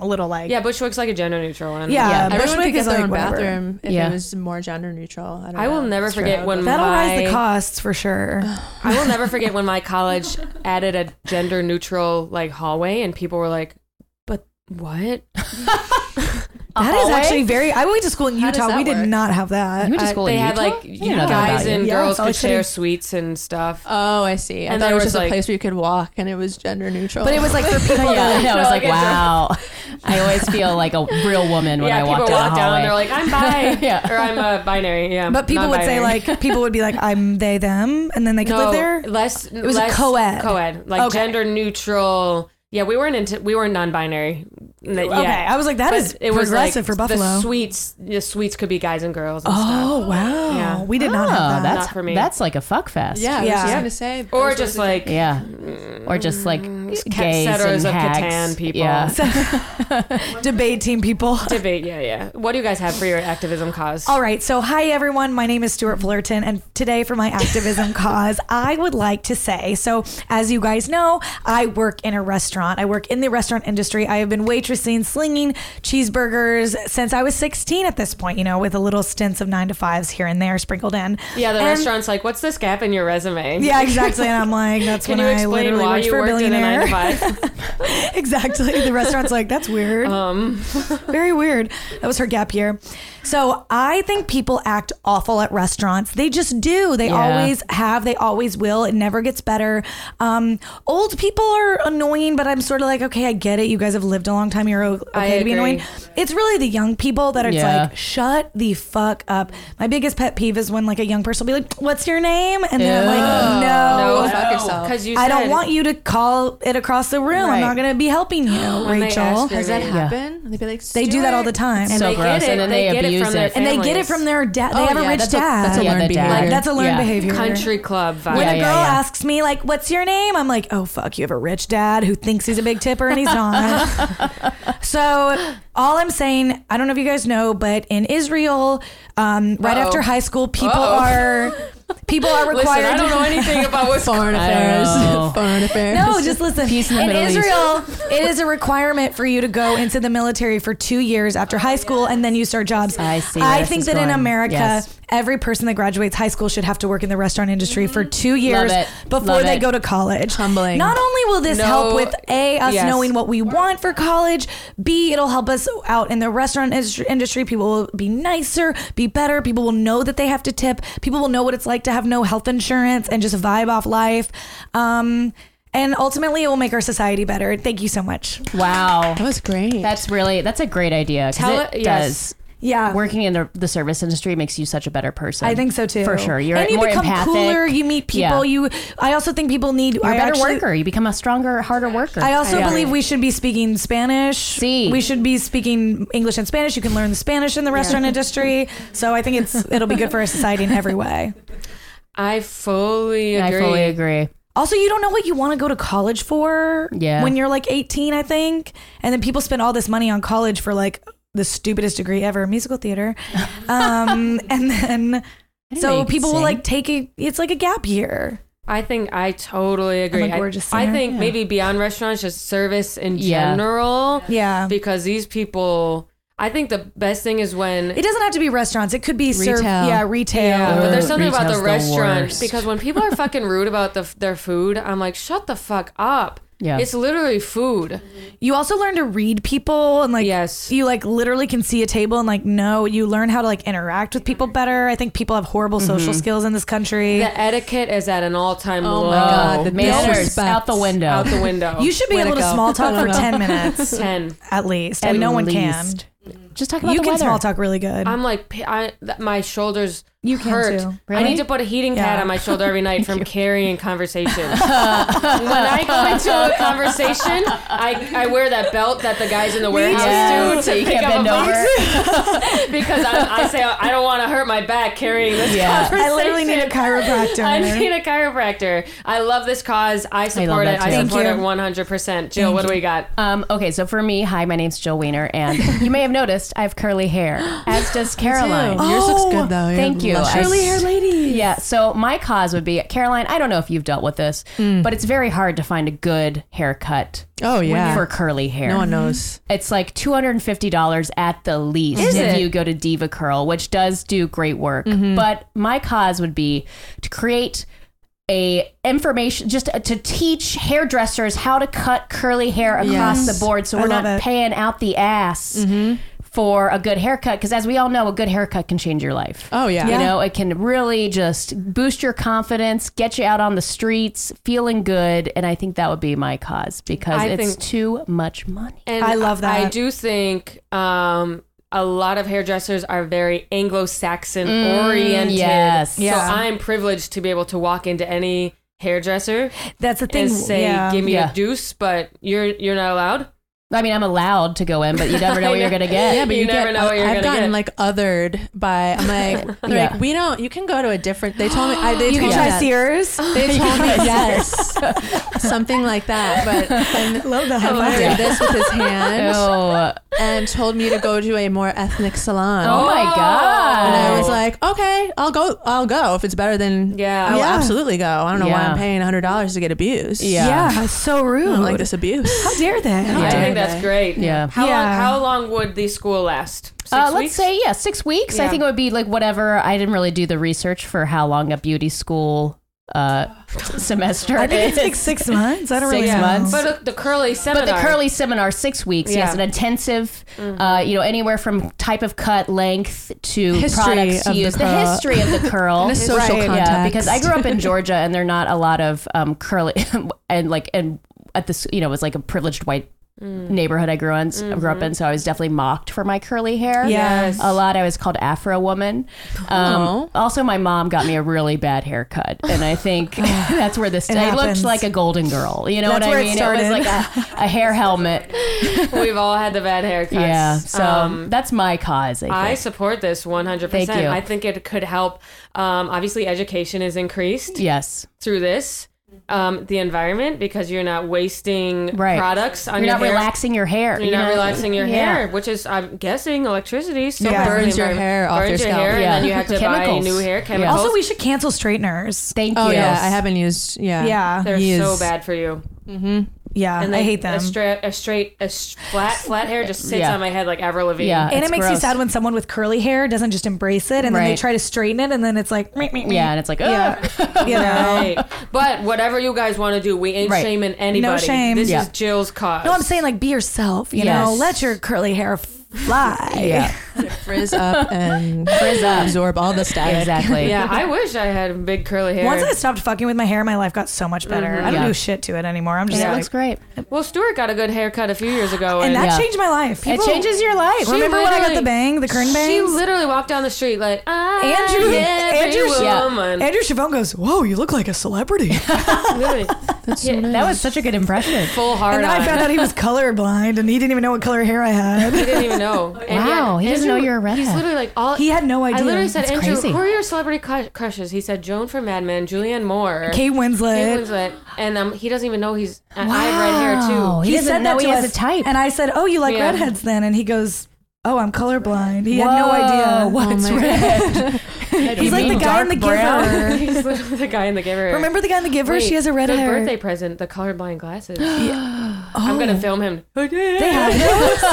S2: know, a little like
S1: yeah, Bushwick's like a gender neutral one.
S2: yeah.
S3: Yeah.
S4: Everyone
S2: Bushwick
S4: could get
S2: is
S4: their
S2: like
S4: own
S2: whatever.
S4: bathroom if
S3: Yeah.
S4: it was more gender neutral. I, don't
S1: I will
S4: know.
S1: never
S4: It's
S1: forget
S4: true.
S1: when
S2: That'll rise
S1: my-
S2: the costs
S1: [sighs]
S2: for sure.
S1: I will never forget when my college added a gender neutral like hallway and people were like, but what?
S2: That is
S3: hallway?
S2: actually very. I went to school in
S4: How does
S2: Utah.
S4: that
S2: We did
S4: work?
S2: not have that.
S3: You went to
S1: Uh,
S3: school
S1: they
S3: in
S1: had
S3: Utah?
S1: like
S3: You know that
S1: guys
S3: about you.
S1: and
S2: Yeah,
S1: girls
S2: so I
S1: could share
S2: should've-
S1: suites and stuff.
S4: Oh, I see. I
S1: And
S4: thought
S1: there
S4: it was,
S1: was,
S4: just
S1: like-
S4: a place where you could walk and it was gender neutral.
S2: But it was like [laughs] for people.
S3: yeah, no, [laughs]
S1: No,
S3: I was like,
S1: like a-
S3: wow. I always
S1: [laughs]
S3: feel like a real woman when
S1: yeah,
S3: I
S1: people
S3: walk down
S1: walk
S3: the
S1: down and they're
S3: hallway.
S1: like, I'm bi
S3: [laughs] Yeah.
S1: or I'm a binary. Yeah.
S2: But people would say
S1: non-binary. [laughs]
S2: like people would be like I'm they them and then they could
S1: no,
S2: live there.
S1: less. It
S2: was a
S1: less
S2: co-ed.
S1: Co-ed, like
S2: Okay.
S1: gender neutral. Yeah, we weren't into we weren't non-binary. n-
S2: Okay,
S1: yet.
S2: I was like, that
S1: But
S2: is
S1: it was like
S2: progressive for Buffalo.
S1: The sweets, the sweets could be guys and girls. And
S2: oh wow,
S1: Yeah.
S2: we did not
S3: Oh,
S2: have that.
S3: that's
S1: Not for me.
S3: that's like a fuck fest.
S4: Yeah, I was
S2: Yeah.
S4: just gonna say.
S2: Oh.
S1: stuff. or
S4: those
S1: just
S4: were the-
S1: like
S3: Yeah.
S1: Mm.
S3: Or just like
S1: cat
S3: gays
S1: settlers
S3: and
S1: of
S3: hags.
S1: Catan people.
S3: Yeah.
S2: Debate team people.
S1: debate. Yeah, yeah. What do you guys have for your activism cause?
S2: All right. So, hi, everyone. My name is Stuart Fullerton. And today, for my
S3: [laughs]
S2: activism cause, I would like to say so, as you guys know, I work in a restaurant. I work in the restaurant industry. I have been waitressing, slinging cheeseburgers since I was 16 at this point, you know, with a little stints of nine to fives here and there sprinkled in.
S1: Yeah, the
S2: And-
S1: restaurant's like, what's this gap in your resume?
S2: Yeah, exactly. And I'm like,
S1: [laughs]
S2: that's
S1: Can
S2: when
S1: you
S2: I
S1: explain
S2: literally
S1: why
S2: worked
S1: you
S2: for a
S1: worked in a nine
S2: billionaire.
S1: to
S2: [laughs]
S1: five?
S2: exactly. The restaurant's like, that's weird.
S1: Um,
S2: [laughs] Very weird. That was her gap year. So I think people act awful at restaurants. They just do. They
S3: Yeah.
S2: always have. They always will. It never gets better. Um, old people are annoying, but I'm sort of like, okay, I get it. You guys have lived a long time. You're o- okay
S1: I
S2: to be
S1: agree.
S2: annoying. It's really the young people that it's
S3: Yeah.
S2: like, shut the fuck up. My biggest pet peeve is when like a young person will be like, what's your name? And then I'm like,
S3: Ew.
S2: no.
S1: no,
S4: fuck yourself.
S1: Because you
S2: Oh, I don't
S1: said-
S2: want you to call it across the room. I'm
S3: Right.
S2: not going to be helping you,
S1: they
S2: Rachel.
S1: ask your
S4: Does that
S1: Yeah.
S4: happen? And They'd be like,
S2: They do that all the
S4: "Stuart."
S2: time.
S1: And
S3: So
S1: they
S3: gross,
S1: get it.
S3: and then
S1: they,
S3: they
S1: get it
S3: abuse
S1: from their
S3: it.
S2: and they get it
S1: families.
S2: from their dad. They
S3: Oh,
S2: have a
S3: yeah,
S2: rich
S3: that's
S2: dad.
S3: that's a
S4: Yeah,
S3: learned
S4: the dad.
S3: behavior.
S2: Like, that's a learned
S3: Yeah.
S2: behavior.
S1: country club vibe.
S2: When
S3: Yeah,
S2: a
S3: yeah,
S2: girl
S3: yeah.
S2: asks me like, "What's your name?" I'm like, "Oh fuck, you have a rich dad who thinks he's a big tipper and he's not." so all I'm saying, I don't know if you guys know, but in Israel, um, right
S1: Uh-oh.
S2: after high school, people
S1: Uh-oh.
S2: are people are
S1: Listen,
S2: required.
S1: I don't know anything
S2: [laughs]
S1: about what's
S4: Foreign
S3: I know.
S4: affairs. Foreign affairs.
S2: No, just listen.
S3: Peace in the
S2: in
S3: Middle East.
S2: Israel, it is a requirement for you to go into the military for two years after high school, and then you start jobs.
S3: I see where
S2: I
S3: this
S2: think
S3: is
S2: that in
S3: going.
S2: America,
S3: Yes.
S2: every person that graduates high school should have to work in the restaurant industry for two years
S3: Mm-hmm. it.
S2: before
S3: Love
S2: they
S3: it.
S2: go to college.
S4: Humbling.
S2: Not only will this
S1: No.
S2: help with a us
S1: Yes.
S2: knowing what we want for college, b it'll help us out in the restaurant industry- industry. People will be nicer, be better. People will know that they have to tip. People will know what it's like to have no health insurance and just vibe off life. Um, and ultimately, it will make our society better. Thank you so much.
S3: Wow.
S4: that was great.
S3: That's really that's a great idea. 'cause
S1: Tell
S3: it
S1: it- yes.
S3: does.
S2: Yeah.
S3: Working in the, the service industry makes you such a better person.
S2: Um, I think so too.
S3: For sure. You're
S2: and you
S3: more
S2: become
S3: empathic.
S2: cooler. You meet people.
S3: Yeah.
S2: You. I also think people need.
S3: You're
S2: I
S3: a better
S2: actually-
S3: worker. You become a stronger, harder worker.
S2: I also
S1: Yeah.
S2: believe we should be speaking Spanish.
S3: Sí.
S2: We should be speaking English and Spanish. You can learn the Spanish in the restaurant industry. So I think it's it'll be good for our society in every way.
S1: I fully
S3: I
S1: agree.
S3: fully agree.
S2: Also, you don't know what you want to go to college for
S3: Yeah.
S2: when you're like 18, I think. And then people spend all this money on college for like the stupidest degree ever, musical theater. Um, and then
S3: I didn't know you
S2: so
S3: could
S2: people will
S3: sing.
S2: like take a it's like a gap year.
S1: I think I totally agree.
S2: I'm a
S1: I-
S2: gorgeous
S1: I,
S2: singer.
S1: think
S2: Yeah.
S1: maybe beyond restaurants, just service in
S3: Yeah.
S1: general,
S2: Yeah.
S1: because these people. I think the best thing is when
S2: It doesn't have to be restaurants. It could be serve,
S4: Retail.
S2: yeah, retail.
S1: Yeah, but there's
S3: Ugh,
S1: something about the
S3: retail's the
S1: restaurant
S3: worst.
S1: because when people are fucking rude about the, their food, I'm like, shut the fuck up.
S3: Yeah.
S1: It's literally food.
S2: You also learn to read people and like
S1: Yes.
S2: you like literally can see a table and like no, you learn how to like interact with people better. I think people have horrible social skills in this country.
S1: The etiquette is at an all time
S4: Oh
S1: low.
S4: my God, the
S3: manners
S4: disrespect.
S3: uh, out the window.
S1: Out the window.
S2: you should be
S4: Way to
S2: able to,
S4: go.
S2: small talk
S4: I
S2: for
S4: don't know.
S2: 10 minutes
S1: ten.
S2: at least and
S3: At
S2: no one
S3: least.
S2: can.
S3: Just talk about
S2: you
S3: the
S2: can
S3: weather.
S2: small talk really good.
S1: I'm like, p- I, th- my shoulders
S2: You can
S1: hurt.
S2: too.
S1: I
S3: Really?
S1: need to put a heating pad
S2: Yeah.
S1: on my shoulder every night from carrying conversations. when I go into a conversation, I, I wear that belt that the guys in the warehouse
S3: Yeah,
S1: do
S3: so
S1: to
S3: you
S1: pick
S3: can't
S1: up
S3: bend
S1: a box.
S3: over.
S1: because I, I say I don't want to hurt my back carrying this
S3: Yeah.
S1: conversation.
S2: I literally need a
S1: [laughs]
S2: chiropractor.
S1: I need a chiropractor. I love this cause. I support
S3: that
S1: it. I
S3: too.
S2: Thank
S1: support
S2: you.
S1: it 100%. Jill, what do we got?
S3: Um, okay, so for me, hi, my name's Jill Weiner,
S2: [laughs]
S3: and you may have noticed I have curly hair, as does Caroline.
S4: Ew. Yours looks
S2: Oh,
S4: good though. You're
S3: thank you.
S4: luscious.
S3: I- Curly hair
S2: lady.
S3: Yeah, so my cause would be Caroline, I don't know if you've dealt with this, but it's very hard to find a good haircut
S4: Oh yeah.
S3: for curly hair.
S4: no one knows.
S3: It's like $250 at the least
S1: Is
S3: if
S1: it?
S3: you go to Diva Curl, which does do great work. But my cause would be to create a information just to teach hairdressers how to cut curly hair across
S4: Yes.
S3: the board so
S2: I
S3: we're
S2: love
S3: not
S2: it.
S3: paying out the ass for a good haircut because as we all know a good haircut can change your life
S4: Oh yeah.
S3: you know, it can really just boost your confidence, get you out on the streets, feeling good, and I think that would be my cause because
S1: I
S3: it's
S1: think-
S3: too much money.
S1: And
S2: I love that.
S1: I do think um, a lot of hairdressers are very Anglo-Saxon oriented.
S3: yes.
S1: So
S2: Mm, Yeah.
S1: I'm privileged to be able to walk into any hairdresser
S2: That's the thing.
S1: and say,
S2: yeah.
S1: "Give me
S3: Yeah.
S1: a deuce," but you're you're not allowed.
S3: I mean, I'm allowed to go in, but you never know what you're gonna get.
S4: Yeah, but
S1: You
S4: you,
S1: never
S4: get,
S1: know what you're
S4: I've
S1: gonna get.
S4: gotten like othered by.
S1: [laughs]
S4: I'm like, they're
S3: Yeah.
S4: like, we don't. You can go to a different. They told me. I, they
S2: You can
S4: told me
S2: try
S4: that.
S2: Sears.
S4: They told me yes, something like that.
S2: [laughs]
S4: But and
S2: Love that.
S4: I did
S3: Yeah.
S4: this with his
S3: [laughs]
S4: hand
S3: Oh,
S4: and told me to go to a more ethnic salon.
S3: oh my god!
S4: And I was like, okay, I'll go. I'll go if it's better than.
S1: Yeah.
S4: I will
S2: Yeah.
S4: absolutely go. I don't know why
S3: Yeah.
S4: I'm paying hundred dollars to get abused.
S3: Yeah.
S2: yeah. so rude.
S4: I'm like this abuse.
S2: How dare they?
S1: I
S3: Yeah.
S1: think that's great.
S3: Yeah.
S1: How
S2: Yeah.
S1: long? How long would the school last? Six
S3: Uh, let's
S1: weeks?
S3: say yeah, six weeks. I
S1: Yeah.
S3: think it would be like whatever. I didn't really do the research for how long a beauty school uh, [laughs] semester
S2: I think it's
S3: is.
S2: like six months. I don't
S3: Six
S2: really know.
S3: months.
S1: But look, the curly seminar.
S3: but the curly seminar six weeks.
S1: Yeah.
S3: Yes, an intensive. Uh, you know, anywhere from type of cut, length to
S4: History
S3: products
S4: of
S3: to
S4: the
S3: use. The,
S4: curl.
S3: history of the curl.
S4: [laughs] And a social
S2: Right, yeah,
S3: Yeah, because I
S4: context.
S3: grew up in Georgia, and there are not a lot of um, curly [laughs] and like and at this, you know, it was like a privileged white
S4: Mm.
S3: neighborhood I grew on, grew
S4: Mm-hmm.
S3: up in. So I was definitely mocked for my curly hair.
S1: Yes.
S3: a lot. I was called Afro Woman. Um,
S4: Oh.
S3: also, my mom got me a really bad haircut, and I think [laughs] that's where this.
S2: It
S3: I
S2: happens.
S3: looked like a golden girl. You know
S2: That's
S3: what
S2: where
S3: I
S2: it
S3: mean?
S2: started.
S3: was like a, a hair helmet.
S1: [laughs] We've all had the bad haircuts. Um,
S3: yeah. So that's my cause. I
S1: I
S3: think.
S1: support this 100%.
S3: Thank you.
S1: I think it could help. Um, obviously, education is increased
S3: yes.
S1: through this, um, the environment, because you're not wasting
S3: Right.
S1: products on
S3: You're
S1: your
S3: not
S1: hair.
S3: relaxing your hair.
S1: You're
S3: you
S1: not
S3: know?
S1: relaxing your
S3: Yeah.
S1: hair, which is, I'm guessing, electricity. So
S2: Yeah.
S1: bad for the
S4: Burns your
S1: environment.
S4: hair off
S1: Burns
S4: your
S1: your
S4: scalp.
S1: hair,
S3: Yeah.
S1: and then you have to
S3: [laughs] Chemicals.
S1: buy new hair
S3: Yeah.
S1: chemicals.
S2: Also, we should cancel straighteners.
S3: Thank
S4: Oh
S3: you.
S4: yeah, I haven't used. Yeah,
S2: Yeah.
S1: They're so
S4: Yes.
S1: bad for you.
S2: Yeah, I
S1: they-
S2: hate
S1: A
S2: them.
S1: straight, a straight, a s- flat, flat hair just sits
S3: Yeah.
S1: on my head like Avril Lavigne.
S3: Yeah.
S2: and
S3: it's
S2: it makes you
S3: gross.
S2: sad when someone with curly hair doesn't just embrace it and then they
S3: Right.
S2: try to straighten it and then it's like, [laughs] meep, meep,
S3: [laughs]
S2: meep.
S3: Yeah, and it's like,
S2: Yeah. [laughs]
S3: ugh.
S2: you
S1: [laughs]
S2: know.
S1: Right. but whatever you guys want to do, we ain't
S3: Right.
S1: shaming anybody.
S2: shame.
S1: This
S3: Yeah.
S1: is Jill's cause.
S2: No, I'm saying like be yourself, you know,
S3: Yes.
S2: let your curly hair fly.
S3: yeah,
S4: frizz up and frizz
S3: up.
S4: absorb all the
S3: [laughs]
S4: static.
S3: exactly.
S1: Yeah, I wish I had big curly hair.
S2: Once I stopped fucking with my hair, my life got so much better. I don't
S3: Mm-hmm. Yeah.
S2: do shit to it anymore. I'm just
S3: And it
S2: like,
S3: looks great.
S1: well, Stuart got a good haircut a few years ago,
S2: and
S1: and,
S2: that
S3: Yeah.
S2: changed my life. People-
S3: it changes your life.
S1: She
S2: Remember when I got
S1: literally-
S2: the bang, the Kern
S1: she
S2: bangs?
S1: literally walked down the street like I
S2: Andrew- Andrew-
S3: yeah.
S1: woman.
S2: Andrew Chavon goes, "Whoa, you look like a
S3: [laughs]
S2: celebrity,"
S1: Literally.
S2: [laughs]
S1: Yeah,
S3: That was such a good impression.
S1: full hard
S2: and then I
S1: on.
S2: found out he
S3: [laughs]
S2: was colorblind and he didn't even know what color hair I
S1: he
S2: had.
S1: didn't even
S2: [laughs]
S1: know. And
S3: Wow, he doesn't know you're a redhead.
S1: He's literally like all.
S2: He had no idea.
S1: I literally said,
S3: That's
S1: Andrew,
S3: crazy.
S1: who are your celebrity cru- crushes? He said Joan from Mad Men, Julianne Moore,
S2: Kate
S1: Kate
S2: Winslet.
S1: Winslet, and um, he doesn't even know he's. I- I have red hair too.
S3: Wow. He doesn't know he has a type.
S2: and I said, "Oh, you like
S1: Yeah.
S2: redheads then?" And he goes, "Oh, I'm colorblind." He had no
S1: Oh
S2: idea
S3: what's
S1: [laughs]
S4: my
S3: red.
S2: He's like the guy in The Giver.
S1: He's literally the guy in the giver.
S2: Remember the guy in The Giver?
S1: Wait,
S2: she has a red
S1: the
S2: hair. [laughs]
S1: birthday present, the colorblind
S2: [gasps]
S1: glasses. I'm gonna film him.
S2: Oh. They have those.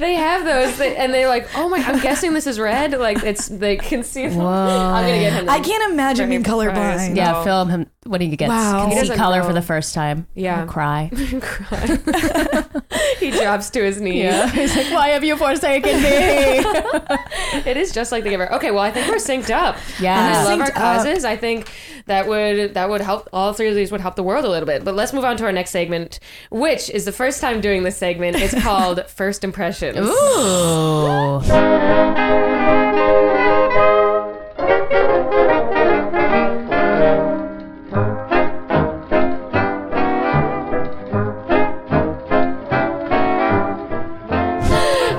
S1: They have those, they, and they're like, "Oh my! I'm guessing this is red. Like it's they can see." them. I'm gonna get him.
S2: [laughs] I
S1: this.
S2: can't imagine being
S1: Very
S2: colorblind.
S1: surprised.
S3: Yeah,
S1: No.
S3: film him when he gets
S2: Wow. He
S3: can see
S1: doesn't
S3: color
S1: know.
S3: for the first time.
S1: Yeah.
S3: He'll cry. [laughs]
S1: Cry. he drops to his knees.
S3: he's like, "Why have you forsaken me?"
S1: It is just like the giver. Okay, well, I think we're synced up. I
S3: Yeah.
S1: love
S2: Synced
S1: our
S2: up.
S1: causes. I think that would that would help. All three of these would help the world a little bit. But let's move on to our next segment, which is the first time doing this segment. It's
S3: [laughs]
S1: called First Impressions.
S3: Ooh.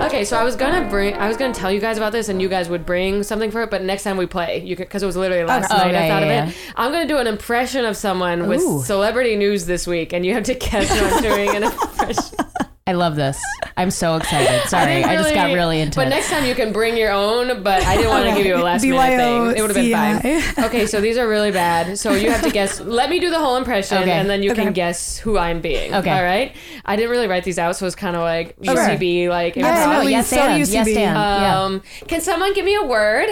S1: Okay, so I was gonna bring, I was gonna tell you guys about this, and you guys would bring something for it. But next time we play, you because it was literally last
S3: Okay.
S1: night
S3: Oh, yeah,
S1: I thought
S3: yeah,
S1: of it.
S3: yeah.
S1: I'm gonna do an impression of someone with
S3: Ooh.
S1: celebrity news this week, and you have to guess who I'm doing
S3: [laughs]
S1: an impression.
S3: I love this. I'm so excited. Sorry,
S1: didn't
S3: [laughs] I, just got
S1: really-
S3: really into
S1: eh? But
S3: it.
S1: next time you can bring your own. But I didn't want
S3: [laughs]
S1: to give you a last minute thing. It would have been fine. Okay, so these are really bad. So you
S3: [laughs]
S1: have to guess. Let me do the whole impression,
S3: Okay.
S1: and then you
S2: Okay.
S1: can guess who I'm being.
S3: Okay.
S1: All right. I didn't really write these out, so it's kind of like UCB, like
S3: yes,
S1: improv.
S3: no,
S2: Probably
S3: yes,
S2: so
S3: and, yes,
S2: UCB.
S3: and. yeah.
S1: Um, Can someone give me a word?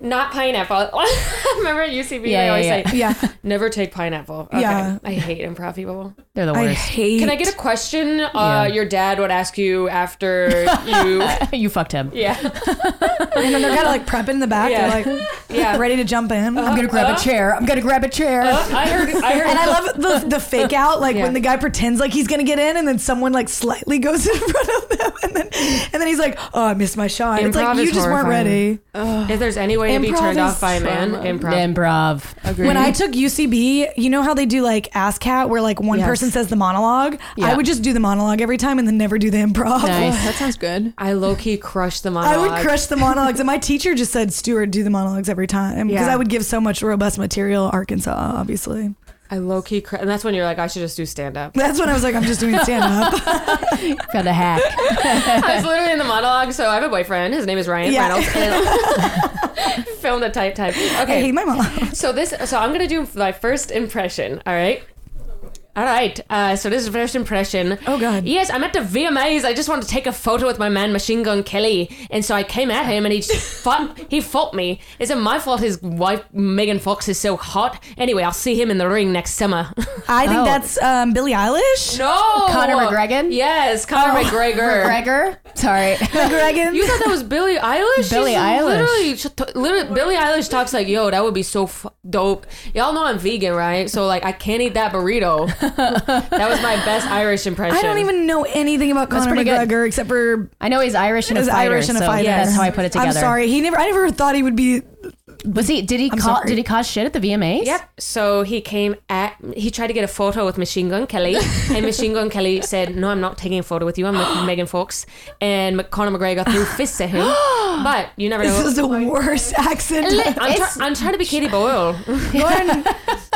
S1: Not pineapple. [laughs] Remember at UCB,
S3: Yeah,
S1: they
S3: yeah,
S1: always
S3: yeah.
S1: say,
S2: Yeah,
S1: never take pineapple. Okay.
S2: Yeah.
S1: I hate improv people.
S3: They're the
S2: I [laughs]
S3: worst.
S2: hate.
S1: Can I get a question uh,
S3: Yeah.
S1: your dad would ask you
S3: [laughs]
S1: after you.
S3: you fucked him.
S1: yeah.
S2: And then they're kind of like prepping in the back.
S1: Yeah.
S2: They're like
S1: [laughs] Yeah.
S2: [laughs]
S1: Uh-huh.
S2: ready to jump in.
S3: I'm gonna grab a chair. I'm gonna grab a chair.
S1: Uh, I heard. I heard.
S2: And I love the, the fake out, like
S1: Yeah.
S2: when the guy pretends like he's gonna get in, and then someone like slightly goes [laughs] in front of them, and then and then he's like, "Oh, I missed my shot." it's
S1: Improv
S2: like you
S1: is
S2: just weren't
S1: horrifying.
S2: ready.
S1: if there's any way to be
S2: Improv
S1: turned
S2: is
S1: off by a man?
S4: trauma.
S1: Improv.
S3: Improv.
S4: Agree.
S2: When I
S3: Mm-hmm.
S2: took UCB, you know how they do like Ask Cat, where like one
S4: Yes.
S2: person says the monologue. I
S3: Yeah.
S2: would just do the monologue every time and then never do the improv.
S4: Oh,
S3: Nice.
S4: that sounds good.
S1: I low key crush the
S2: [laughs] I
S1: monologue.
S2: would crush the monologues,
S3: [laughs]
S2: and my teacher just said, "Stuart, do the monologues every time," because
S1: Yeah.
S2: I would give so much robust material. Arkansas, obviously.
S1: I low key crush, and that's when you're like, I should just do stand
S2: [laughs]
S1: up.
S2: That's when I was like, "I'm just doing stand
S3: [laughs]
S2: up."
S3: Got a hack.
S1: I was literally in the monologue. So I have a boyfriend. His name is Ryan
S2: Yeah.
S1: Reynolds.
S2: [laughs]
S1: And [laughs] filmed a type type.
S2: I hate
S1: Okay,
S2: my mom.
S1: so this, so I'm gonna do my first impression. All right. All right. Uh, so this is first impression.
S2: Oh, God.
S1: Yes, I'm at the VMAs. I just wanted to take a photo with my man Machine Gun Kelly, and so I came at him, and he just fought. He fought me. Is it my fault his wife Megan Fox is so hot? Anyway, I'll see him in the ring next summer.
S2: I think
S3: Oh.
S2: that's um, Billie
S1: [laughs]
S2: Eilish.
S1: no,
S3: Conor McGregor?
S1: Yes, Conor McGregor.
S3: McGregor. Sorry. [laughs]
S2: McGregor.
S1: You thought that was Billie Eilish?
S3: Billie
S1: She's
S3: Eilish.
S1: Literally, she t- literally, Billie Eilish talks like, "Yo, that would be so f- dope." Y'all know I'm vegan, right? So like, I can't eat that
S3: [laughs]
S1: burrito. that was my best Irish impression.
S2: I don't even know anything about Conor
S3: pretty good.
S2: McGregor except for
S3: I know he's Irish and a
S2: is
S3: fighter.
S2: Irish and a
S3: so
S2: fighter.
S3: That's how I put it together.
S2: I'm sorry. He never. I never thought he would be.
S3: Was he? Did he? Call,
S2: sorry.
S3: did he cause shit at the VMAs? [laughs]
S1: Yep. So he came at. He tried to get a photo with Machine Gun Kelly, and Machine Gun Kelly said, "No, I'm not taking a photo with you. I'm
S3: [gasps]
S1: with Megan Fox." And Mc- Conor McGregor threw fists at him. But you never
S2: This
S1: know.
S2: is the worst
S3: [laughs]
S2: accent.
S1: I'm, try-
S3: It's-
S1: I'm trying to be Katie Boyle.
S2: Lauren,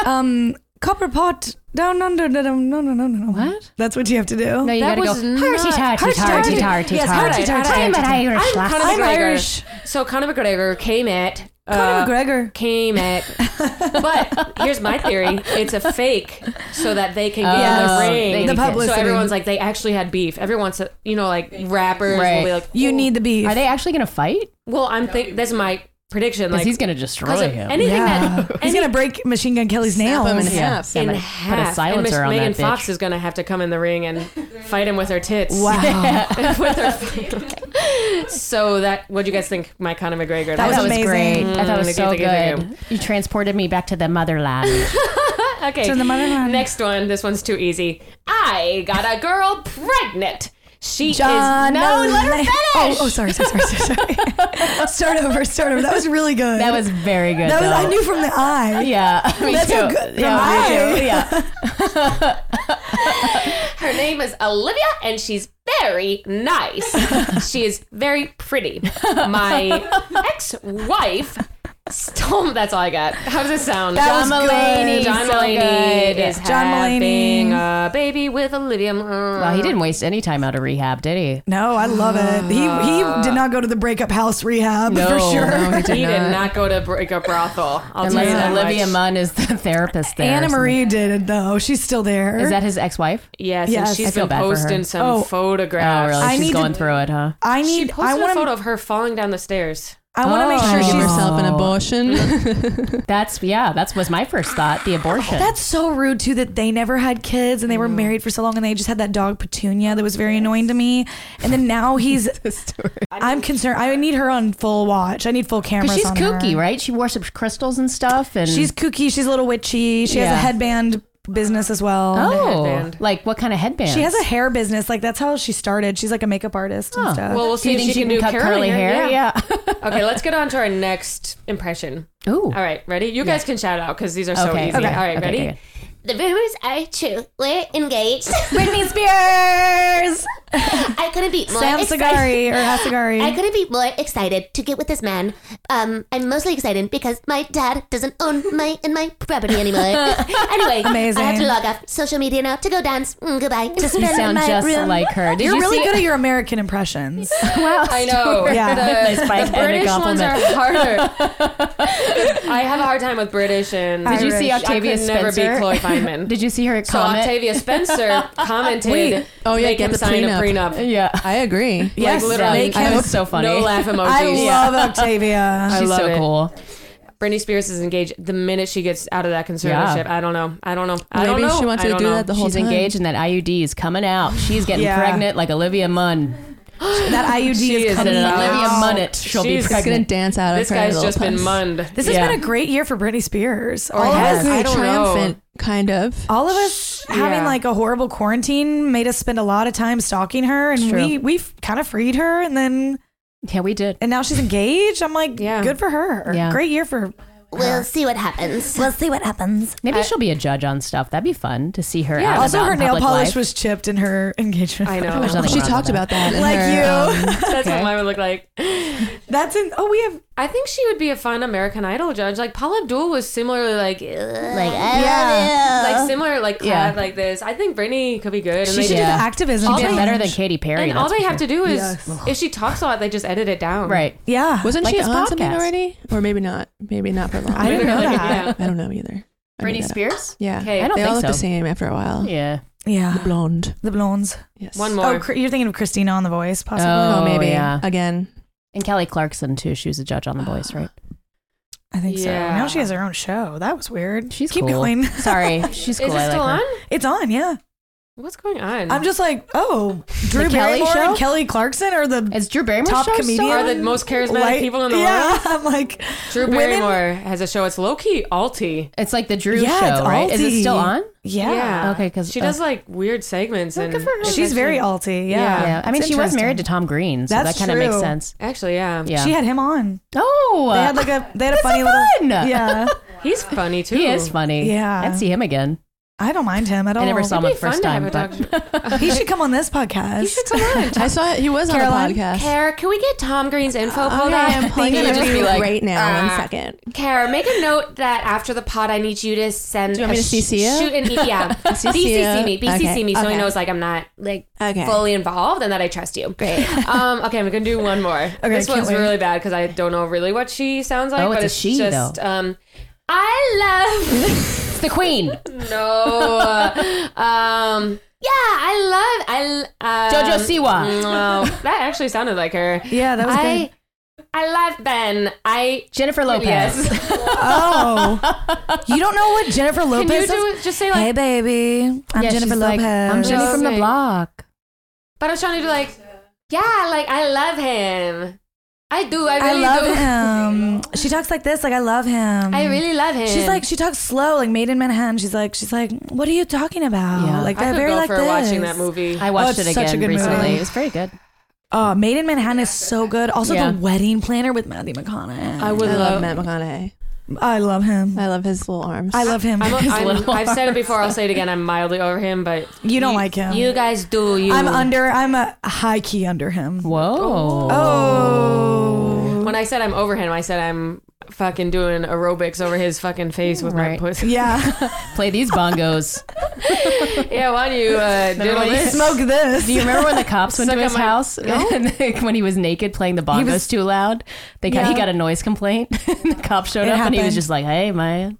S2: um, copper pot down under. No, no, no, no, no, no.
S3: What?
S2: That's what you have to do.
S3: No, you
S1: That
S3: gotta
S1: was
S3: go.
S1: not-
S3: Hearty, tarty,
S2: Hearty,
S3: tarty,
S2: tarty.
S3: tarty,
S2: Yes,
S3: tarty.
S2: hearty, tarty,
S3: I'm an
S1: tarty.
S3: Irish
S1: I'm
S3: lass.
S1: Conor
S2: I'm
S1: McGregor.
S2: Irish.
S1: So Conor McGregor came at.
S2: Conor
S1: uh,
S2: McGregor.
S1: came at. but here's my theory: it's a fake, so that they can get
S2: Yes.
S1: in the ring.
S3: Oh, They
S2: The
S3: can-
S1: so
S2: publicity.
S1: everyone's like, they actually had beef. Everyone's, uh, you know, like rappers will
S3: Right.
S1: be like,
S2: You need the beef.
S3: Are they actually gonna fight?
S1: well, I'm think that's my prediction.
S3: Because
S1: Like,
S3: he's gonna destroy
S1: 'cause of
S3: him.
S1: anything
S2: Yeah.
S3: [laughs]
S1: that
S2: He's
S1: any-
S2: gonna break Machine Gun Kelly's
S4: Snap him in
S2: nails.
S4: half.
S3: Yeah,
S1: in
S3: but-
S1: half,
S3: Put a
S1: and
S3: silencer
S1: Miss-
S3: on
S1: Megan
S3: that bitch.
S1: Fox is gonna have to come in the ring and fight him with her tits.
S2: Wow,
S1: [laughs] with her. [laughs]
S3: [laughs]
S1: so that, what do you guys think, my Conor McGregor?
S2: That
S3: I
S2: was
S3: thought it
S2: amazing.
S3: great. I thought it was
S1: Mm,
S3: so
S1: thank you, thank you, thank
S3: good. You transported me back to
S2: [laughs]
S3: the motherland.
S1: okay.
S2: To the motherland.
S1: Next one. This one's too easy. I got a girl pregnant. She
S2: John.
S1: is no. Let her
S2: Mulaney.
S1: finish.
S2: Oh, oh, sorry, sorry, sorry, sorry. sorry. start over, start over. That was really good.
S3: that was very good.
S2: That was. I
S3: though.
S2: knew from the eye. [laughs]
S3: Yeah, [laughs] me
S2: That's
S3: too.
S2: how good-
S3: Yeah, me
S2: Right.
S3: too.
S2: [laughs]
S3: Yeah.
S1: Her name is Olivia, and she's very nice. she is very pretty. My ex-wife. Stole, that's all I got. How does it sound?
S2: That
S3: John
S2: was good.
S3: Mulaney.
S1: John
S3: so
S1: Mulaney
S3: good.
S1: is
S2: John
S1: having
S2: Mulaney.
S1: a baby with Olivia.
S3: Well,
S2: uh,
S3: he didn't waste any time out of rehab, did he?
S2: No, I love it. He he did not go to the breakup house rehab
S3: No,
S2: for sure.
S3: no, he
S1: He did not go to breakup brothel. I'll tell you
S3: Unless
S1: that
S3: Olivia
S1: much.
S3: Munn is the [laughs] therapist there. or
S2: Anna
S3: something.
S2: Marie did it though. She's still there.
S3: Is that his ex-wife?
S1: Yes,
S2: Yes.
S1: and
S2: I
S1: she's
S3: feel
S1: been
S3: bad for her.
S1: posting some
S2: Oh.
S1: photographs.
S3: Oh, really?
S2: I
S3: She's
S2: need
S3: going
S2: to-
S3: through it, huh?
S2: I
S1: She
S2: need. I
S1: posted a
S2: want
S1: photo
S2: to.
S1: of her falling down the stairs.
S2: I want to make sure
S3: Oh.
S4: Give
S2: she's.
S4: yourself an abortion.
S3: That's yeah. That's was my first thought. The abortion.
S2: That's so rude too that they never had kids and they were married for so long and they just had that dog Petunia that was very annoying to me. And then now he's. I'm concerned. I need her on full watch. I need full cameras.
S3: because she's
S2: on
S3: kooky,
S2: her.
S3: right? She worships crystals and stuff, and
S2: She's kooky. She's a little witchy. She has a
S3: Yeah.
S2: headband business as well.
S3: oh,
S1: headband.
S3: like what kind of headband?
S2: She has a hair business. Like that's how she started. She's like a makeup artist and
S3: Huh.
S2: stuff.
S1: Well, we'll
S3: Do
S1: see
S3: you
S1: if
S3: think
S1: she can, do
S3: cut curly hair? Yeah.
S1: okay, let's get on to our next impression.
S3: [laughs] Ooh.
S1: All right, ready? You guys can shout out because these are so
S3: Okay,
S1: easy.
S3: okay,
S1: All right,
S3: okay,
S1: ready?
S3: okay.
S5: The rumors are true. We're engaged.
S2: Britney Spears,
S5: I couldn't be more
S2: Sam
S5: excited.
S2: Sagari, or Hasigari.
S5: I couldn't be more excited to get with this man. Um, I'm mostly excited because my dad doesn't own my and my
S3: [laughs]
S5: property anymore. anyway, I have
S2: Amazing.
S5: to log off social media now to go dance. Mm, goodbye.
S3: [laughs]
S5: To
S3: You
S5: spend
S3: sound
S5: my
S3: just
S5: room.
S3: like her. Did
S2: You're
S3: you
S2: really
S3: see-
S2: good at your American impressions.
S3: Wow.
S1: I
S3: [laughs]
S1: know.
S2: Yeah.
S1: The,
S3: Nice bike
S1: the
S3: and a
S1: British ones are
S3: compliment.
S1: harder.
S3: [laughs]
S1: I have a hard time with British and.
S2: Did
S3: Did you see
S1: I could
S3: Octavia
S1: never
S3: Spencer?
S1: be Chloe Feynman.
S3: [laughs] Did you see her
S1: so
S3: comment?
S1: Octavia
S3: [laughs]
S1: Spencer commented,
S2: Wait.
S4: Oh, yeah,
S1: make
S4: get
S1: him
S4: the
S1: sign
S4: prenup.
S1: a prenup.
S3: yeah.
S4: I agree.
S2: Yes,
S1: like literally,
S2: make
S3: That
S2: him-
S3: was so funny.
S1: No
S3: [laughs]
S1: laugh
S3: Oh,
S1: emojis.
S2: I love Octavia.
S1: I
S3: She's
S1: love
S3: so
S1: it.
S3: cool.
S1: Britney Spears is engaged the minute she gets out of that conservatorship. I don't know. I don't know. I
S4: Maybe
S1: don't know.
S4: she wants
S1: I
S4: to
S1: don't
S4: do
S1: know.
S4: that the whole
S3: She's
S4: time.
S3: engaged, and that IUD is coming out. She's getting
S2: Yeah.
S3: pregnant like Olivia Munn.
S2: that IUD
S1: She
S2: is
S1: is
S2: coming
S1: an
S2: out.
S3: Olivia
S1: Wow.
S3: Munn, it. She'll
S1: She's
S3: be
S4: She's gonna
S3: pregnant.
S4: dance out
S1: This
S4: of her
S1: guy's
S4: little
S1: just been
S4: pus.
S1: munned.
S2: This has
S3: Yeah. Oh,
S2: been a great year for Britney Spears. All
S1: has.
S2: of us,
S1: I don't know.
S4: triumphant, kind of.
S2: all of us having
S1: yeah.
S2: like a horrible quarantine made us spend a lot of time stalking her, and
S3: True.
S2: we we kind of freed her, and then
S3: Yeah, we did.
S2: And now she's engaged. I'm like,
S1: Yeah.
S2: good for her.
S3: Yeah.
S2: Great year for
S5: We'll see what happens.
S2: We'll see what happens.
S3: Maybe she'll be a judge on stuff. That'd be fun to see her. Yeah. Out
S2: Also, her nail polish
S3: was.
S2: was chipped in her engagement.
S1: I know.
S3: There's nothing
S4: She
S3: wrong
S4: talked
S3: with
S4: about that. in
S2: Like
S4: her, um,
S2: you.
S1: [laughs] That's
S3: Okay.
S1: what mine would look like.
S2: That's in. Oh, we have.
S1: I think she would be a fun American Idol judge. Like Paula Abdul was similarly like ugh,
S5: Like, I
S3: Yeah.
S5: love you.
S1: like similar like
S3: Yeah.
S1: clad like this. I think Brittany could be good. And
S2: She
S1: they-
S2: should
S3: Yeah.
S2: do the activism.
S3: She did
S2: challenge.
S3: better than Katy Perry.
S1: and all
S3: that's
S1: they
S3: for
S1: have to do is
S4: Yes.
S1: if she talks a lot, they just edit it down. [laughs]
S3: sure. right.
S2: Yeah.
S4: Wasn't
S3: Like
S4: she
S3: this
S4: on something
S3: podcast.
S4: already? Or maybe not. Maybe not for long.
S2: I didn't know that.
S4: [laughs]
S1: Yeah.
S4: I don't know either. I made
S3: Britney
S4: that up.
S3: Spears.
S4: Yeah.
S1: Okay. I
S3: don't
S4: they all
S3: think
S4: look the
S3: so.
S4: same after a while.
S3: Yeah.
S4: The
S2: Yeah.
S4: blonde.
S2: The blondes.
S4: Yes.
S1: One more.
S2: Oh, Cr- you're thinking of Christina on The Voice, possibly.
S3: Oh,
S4: Oh, maybe.
S3: yeah.
S4: Again.
S3: And Kelly Clarkson too. She was a judge on The Voice,
S2: [gasps]
S3: right?
S2: I think so.
S1: Yeah.
S2: Now she has her own show. That was weird.
S3: She's
S2: keep
S3: cool.
S2: going.
S3: Sorry, she's cool.
S1: Is it
S3: I like
S1: still
S3: her.
S1: on?
S2: [laughs] It's on. Yeah.
S1: What's going on?
S2: I'm just like, oh, Drew
S3: The Kelly
S2: Barrymore
S3: Show?
S2: and Kelly Clarkson are the
S3: Is Drew Barrymore
S2: Top
S3: show still
S2: comedian?
S3: on?
S1: are the most charismatic
S2: light-
S1: people in the
S2: yeah,
S1: world.
S2: [laughs] I'm like,
S1: Drew
S2: women-
S1: Barrymore has a show. It's low key alty.
S3: It's like the Drew
S2: Yeah,
S3: show,
S2: it's
S3: right? Is it
S2: Alti.
S3: still on?
S2: yeah.
S3: Okay, 'cause,
S1: she
S3: uh,
S1: does like weird segments and
S3: good for her.
S1: it's
S2: She's very
S1: actually-
S2: alty.
S1: Yeah.
S2: Yeah.
S3: Yeah. I mean,
S2: It's
S3: she was
S2: interesting.
S3: married to Tom Green, so
S2: That's
S3: that kind of makes
S2: true.
S3: sense.
S1: Actually, yeah.
S3: Yeah.
S2: She had him on.
S3: oh,
S2: They had like a they had a
S3: That's
S2: funny
S3: so
S2: little
S3: fun.
S2: Yeah.
S1: He's funny too.
S3: [laughs] he is funny.
S2: Yeah. Oh,
S3: I'd see him again.
S2: I don't mind him at all.
S3: I never saw him
S1: It'd be
S3: the
S1: fun
S3: first
S1: to have
S3: time.
S1: a
S3: But
S1: doctor.
S2: He should come on this
S3: [laughs]
S2: podcast.
S1: He should come on.
S4: I saw he was on
S2: Caroline?
S4: a podcast.
S1: Kara, can we get Tom Green's info? Pulled
S4: Okay, Oh, I'm
S1: up?
S4: pulling
S1: He's
S4: it
S1: gonna
S4: up
S1: just
S4: for
S1: be
S4: you
S1: like,
S4: right now.
S1: "Ah."
S4: one second.
S1: Kara, make a note that after the pod, I need you to send.
S4: you want me
S1: a
S4: to CC you?
S1: Shoot an e- yeah. [laughs] BCC me, BCC
S4: Okay,
S1: me, so he
S4: okay.
S1: knows like I'm not like
S4: Okay.
S1: fully involved and that I trust you. Great. [laughs] Um, okay, I'm gonna do one more. Okay, this
S2: can't
S1: one's
S2: wait.
S1: really bad because I don't know really what she sounds like.
S3: Oh,
S1: but
S3: it's a
S1: it's
S3: she,
S1: just, Um, I
S3: [laughs] it's the Queen,
S2: [laughs]
S1: love no. [laughs] uh, um, yeah, I love I. l-
S3: JoJo
S1: Um,
S3: Siwa,
S1: no, that actually sounded like her.
S2: yeah, that was
S1: I
S3: [laughs]
S2: good.
S1: I love Ben. I
S3: Jennifer Lopez.
S1: yes. [laughs]
S2: Oh. you don't know what Jennifer
S1: Can you
S2: Lopez is?
S1: do, just say like?
S2: Hey baby. I'm
S3: Yeah,
S2: Jennifer
S3: she's
S2: Lopez.
S3: like, I'm Jenny from the
S1: Okay.
S3: block.
S1: But I was trying to do like, yeah, like I love him. I do. I
S2: I
S1: really do.
S2: love him. She talks like this, like I love him.
S1: I really love him.
S2: She's like she talks slow, like made in Manhattan. She's like she's like, what are you talking about?
S3: Yeah.
S2: Like
S1: I
S2: that
S1: could
S2: very
S1: go
S2: like
S1: for
S2: this.
S1: watching that movie.
S3: I watched
S2: Oh, it's
S3: it
S2: such a
S3: again
S2: good movie.
S3: recently. It was very good.
S2: Oh, Made in Manhattan is so good. Also,
S3: Yeah.
S2: the wedding planner with Matthew McConaughey.
S1: I would
S4: I Uh, love
S1: love.
S4: Matt McConaughey.
S2: I love him.
S4: I love his little arms.
S2: I love him.
S1: I'm
S2: [laughs]
S1: a, I'm,
S3: little
S1: I've said it before. I'll say it again. I'm mildly over him, but
S2: you don't like him.
S1: you guys do. You.
S2: I'm under. I'm a high key under him.
S3: Whoa.
S2: Oh.
S1: When I said I'm over him, I said I'm fucking doing aerobics over his fucking face with
S3: Right.
S1: my [laughs] pussy.
S2: Yeah. [laughs]
S3: Play these bongos.
S1: yeah, why don't you uh, diddle
S3: when you
S1: this?
S2: Smoke this.
S3: Do you remember when the cops went
S1: Suck
S3: to
S1: on
S3: his
S1: my-
S2: [laughs]
S3: house [laughs] and when he was naked playing the bongos
S2: was-
S3: too loud? They got, he
S2: Yeah.
S3: got a noise complaint. [laughs] and the cop showed
S2: It
S3: up and he was
S2: happened.
S3: just like, "Hey, man,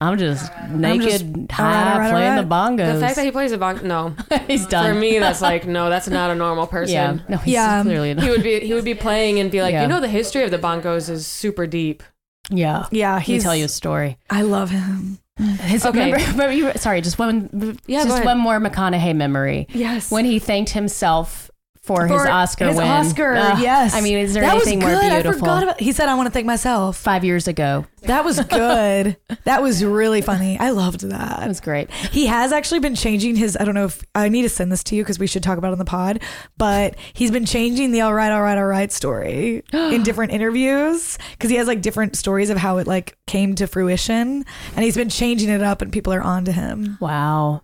S3: I'm just naked,
S2: just-
S3: high,
S2: all right, all right,
S3: playing
S2: all
S3: the bongos."
S1: The fact that he plays a bong, no.
S3: [laughs] he's done.
S1: For me, that's like no, that's not a normal person.
S3: yeah, no, he's
S2: Yeah.
S3: clearly not.
S1: He would be he would be playing and be like,
S3: Yeah.
S1: you know, the history of the bongos is super deep.
S3: yeah.
S2: yeah.
S3: He
S2: He's.
S3: tell you a story.
S2: I love him.
S3: His,
S1: Okay.
S3: remember, [laughs] remember you, sorry, just one.
S1: Yeah, go
S3: just
S1: ahead.
S3: one more McConaughey memory
S2: Yes.
S3: when he thanked himself for, his
S2: For
S3: Oscar
S2: his
S3: win.
S2: Oscar.
S3: Ugh,
S2: yes.
S3: I mean, is there
S2: that
S3: anything
S2: was good.
S3: more
S2: I
S3: beautiful?
S2: forgot about. He said, "I want to thank myself."
S3: Five years ago,
S2: That was good. that was really funny. I loved
S3: that
S2: that.
S3: was great.
S2: He has actually been changing his. I don't know if I need to send this to you because we should talk about it on the pod. But he's been changing the all right, all right, all right story in different interviews because he has like different stories of how it like came to fruition, and he's been changing it up, and people are on to him.
S3: Wow.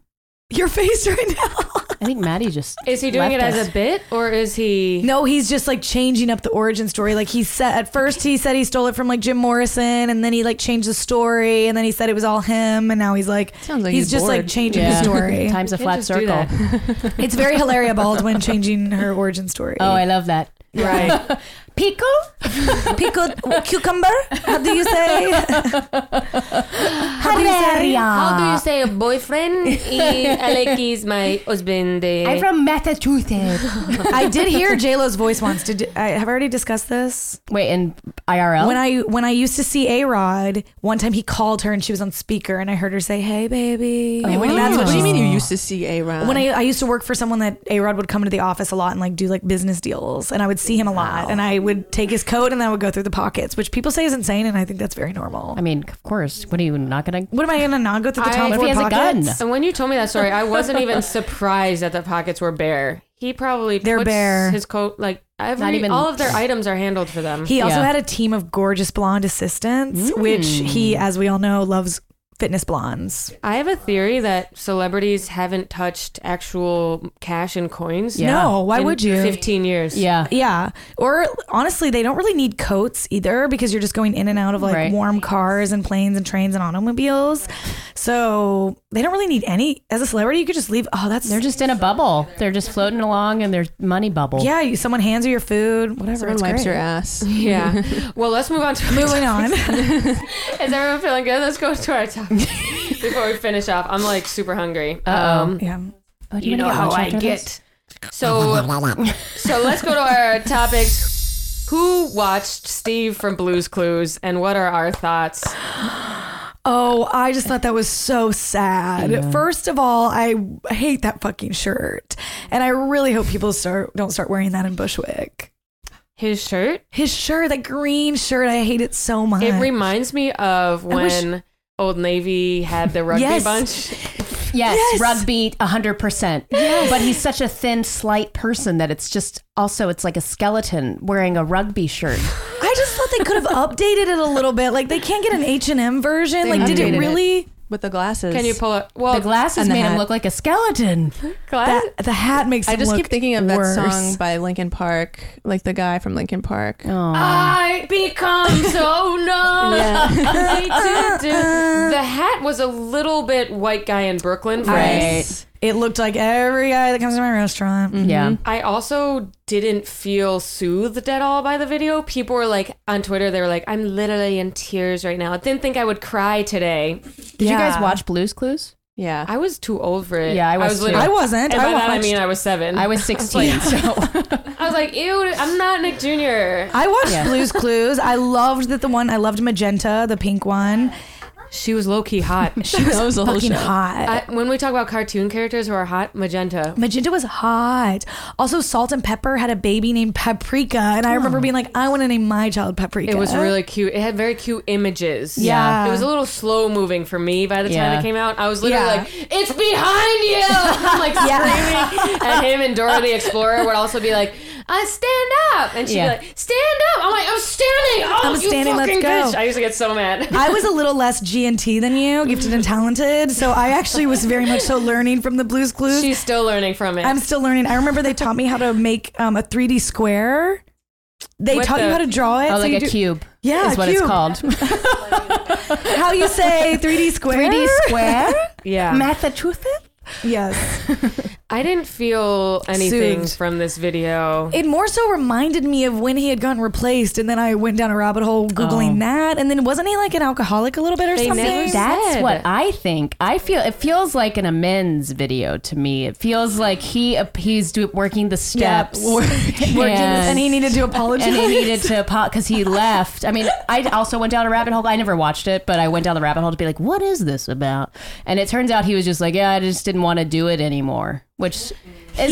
S2: Your face [laughs] right now.
S3: I think Maddie just
S1: Is he doing
S3: left
S1: it as
S3: us.
S1: a bit or is he?
S2: No, he's just like changing up the origin story. Like he said at first he said he stole it from like Jim Morrison and then he like changed the story and then he said it was all him and now he's like
S4: Sounds like
S2: he's,
S4: he's
S2: just like
S4: bored.
S2: changing
S3: Yeah.
S2: the
S4: [laughs]
S2: story.
S3: [laughs] Time's a
S1: Can't
S3: flat
S1: just do
S3: circle.
S1: that.
S2: it's very Hilaria Baldwin changing her origin story.
S3: Oh, I love that.
S4: [laughs]
S1: Right.
S3: Pico?
S2: pickled cucumber? How do you say?
S4: [laughs]
S2: How do you say?
S1: How do you say
S3: [laughs]
S1: boyfriend? I like he's my husband. eh.
S3: I'm from Massachusetts.
S2: I did hear J Lo's voice once. Did I have I already discussed this?
S3: Wait, in
S4: Oh.
S3: IRL?
S2: When I when I used to see A Rod, one time he called her and she was on speaker and I heard her say, "Hey, baby."
S3: Wait,
S2: And
S4: What do, you,
S2: that's
S4: what do you
S2: she
S4: mean you used to see A Ron?
S2: when I, I used to work for someone that A Rod would come into the office a lot and like do like business deals, and I would see him a lot, and I would take his coat and I would go through the pockets, which people say is insane, and I think that's very normal.
S3: I mean, of course. What are you not going to?
S2: what am I gonna not go through the
S1: I-
S2: Tom
S1: What if
S2: Ford
S3: he has a gun?
S2: pockets? [laughs]
S1: And when you told me that story, I wasn't even surprised that the pockets were bare. He probably
S2: They're
S1: puts
S2: bare.
S1: his coat like every
S3: even-
S1: all
S2: [clears throat]
S1: of their items are handled for them.
S2: He also
S3: Yeah.
S2: had a team of gorgeous blonde assistants, which
S3: Mm.
S2: he, as we all know, loves fitness blondes.
S1: I have a theory that celebrities haven't touched actual cash and coins.
S3: Yeah.
S2: No, why
S1: in
S2: would you?
S1: 15 years.
S3: Yeah.
S2: Yeah. Or honestly, they don't really need coats either because you're just going in and out of like
S3: Right.
S2: warm cars and planes and trains and automobiles. So they don't really need any. As a celebrity, you could just leave. Oh, that's.
S3: They're just in a bubble. They're just floating along in their money bubble.
S2: yeah, you, someone hands you your food, whatever.
S4: Someone
S2: it's
S4: wipes
S2: great.
S4: your ass.
S2: [laughs]
S1: Yeah. well, let's move on to
S2: Moving
S1: [laughs]
S2: on. [laughs]
S1: Is everyone feeling good? Let's go to our top before we finish off. I'm like super hungry.
S3: Uh-oh.
S1: Um,
S2: yeah.
S3: Oh, do
S1: you know
S3: wanna
S1: how
S3: lunch
S1: I
S3: after
S1: get.
S3: this?
S1: So so let's go to our topics. Who watched Steve from Blue's Clues, and what are our thoughts?
S2: Oh, I just thought that was so sad. First of all, I hate that fucking shirt, and I really hope people start don't start wearing that in Bushwick.
S1: His shirt.
S2: His shirt, that green shirt, I hate it so much.
S1: It reminds me of
S2: I wish-
S1: when Old Navy had the rugby
S2: Yes.
S1: bunch.
S3: Yes,
S2: Yes.
S3: rugby, hundred percent. But he's such a thin, slight person that it's just also it's like a skeleton wearing a
S2: [laughs]
S3: rugby shirt.
S2: I just thought they could have updated it a little bit. Like they can't get an H and M version.
S4: They
S2: like, did
S4: updated
S2: it
S4: it.
S2: really?
S4: With the glasses.
S1: Can you pull up? Well,
S3: The glasses
S4: And the
S3: made him
S4: hat.
S3: look like a skeleton.
S2: Mm-hmm.
S1: glass.
S2: That the hat makes.
S4: I
S2: him
S4: just
S2: look
S4: keep thinking of that
S2: worse.
S4: song by Linkin Park, like the guy from Linkin Park.
S1: I become so numb. [laughs] to do. The hat was a little bit white guy in Brooklyn. for me.
S3: Right.
S2: It looked like every guy that comes to my restaurant.
S3: Yeah.
S1: I also didn't feel soothed at all by the video. People were like on Twitter, they were like, "I'm literally in tears right now." I didn't think I would cry today.
S3: Did you
S2: Yeah.
S3: guys watch Blues Clues?
S4: Yeah.
S1: I was too old for it.
S3: Yeah, I was too.
S1: literally-
S2: I wasn't.
S1: And by
S2: I watched.
S1: that
S2: I,
S1: I mean uh, I was seven.
S3: I
S2: [laughs]
S3: was sixteen, so [laughs]
S1: I was like, "Ew, I'm not Nick Jr."
S2: watched
S3: Yeah.
S2: Blue's Clues. I loved that the one. I loved magenta, the pink one.
S1: She was low key hot.
S2: She was,
S4: That was the whole
S2: fucking
S4: show.
S2: hot.
S1: I, when we talk about cartoon characters who are hot, magenta.
S2: Magenta was hot. Also, Salt and Pepper had a baby named Paprika, and I remember being like, I want to name my child Paprika.
S1: It was really cute. It had very cute images.
S2: Yeah.
S1: It was a little slow moving for me by the time
S3: Yeah.
S1: it came out. I was literally
S2: Uh. Yeah.
S1: like, it's behind you! [laughs] I'm like screaming. And him and Dora the Explorer would also be like, uh, stand up! And she'd
S3: Yeah.
S1: be like, stand up! I'm like, I'm standing! Oh,
S2: I'm
S1: you
S2: standing, let's
S1: fucking
S2: go.
S1: bitch! I used to get so mad.
S2: [laughs] I was a little less G and T than you, gifted and talented. So I actually was very much so learning from the Blues Clues.
S1: She's still learning from it.
S2: I'm still learning. I remember they taught me how to make um, a 3D square. They
S1: What
S2: taught you
S1: the-
S2: how to draw it.
S3: oh,
S2: so
S3: like
S2: you
S3: a
S2: do-
S3: cube.
S2: Yeah,
S3: is what
S2: cube.
S3: it's called.
S2: How you say
S3: [laughs]
S2: 3D square?
S3: 3D square,
S1: yeah.
S3: Massachusetts.
S2: Yes.
S1: I didn't feel anything
S2: Soothed.
S1: from this video.
S2: It more so reminded me of when he had gotten replaced, and then I went down a rabbit hole googling
S3: Oh.
S2: that. And then wasn't he like an alcoholic a little bit or
S1: They
S2: something?
S1: never said.
S3: That's
S1: Dead.
S3: what I think. I feel it feels like an amends video to me. It feels like he he's do, working the steps,
S2: [laughs] Working- working- and he needed to apologize.
S3: and he needed to pop [laughs] because he left. I mean, I also went down a rabbit hole. I never watched it, but I went down the rabbit hole to be like, "What is this about?" And it turns out he was just like, "Yeah, I just didn't want to do it anymore," which is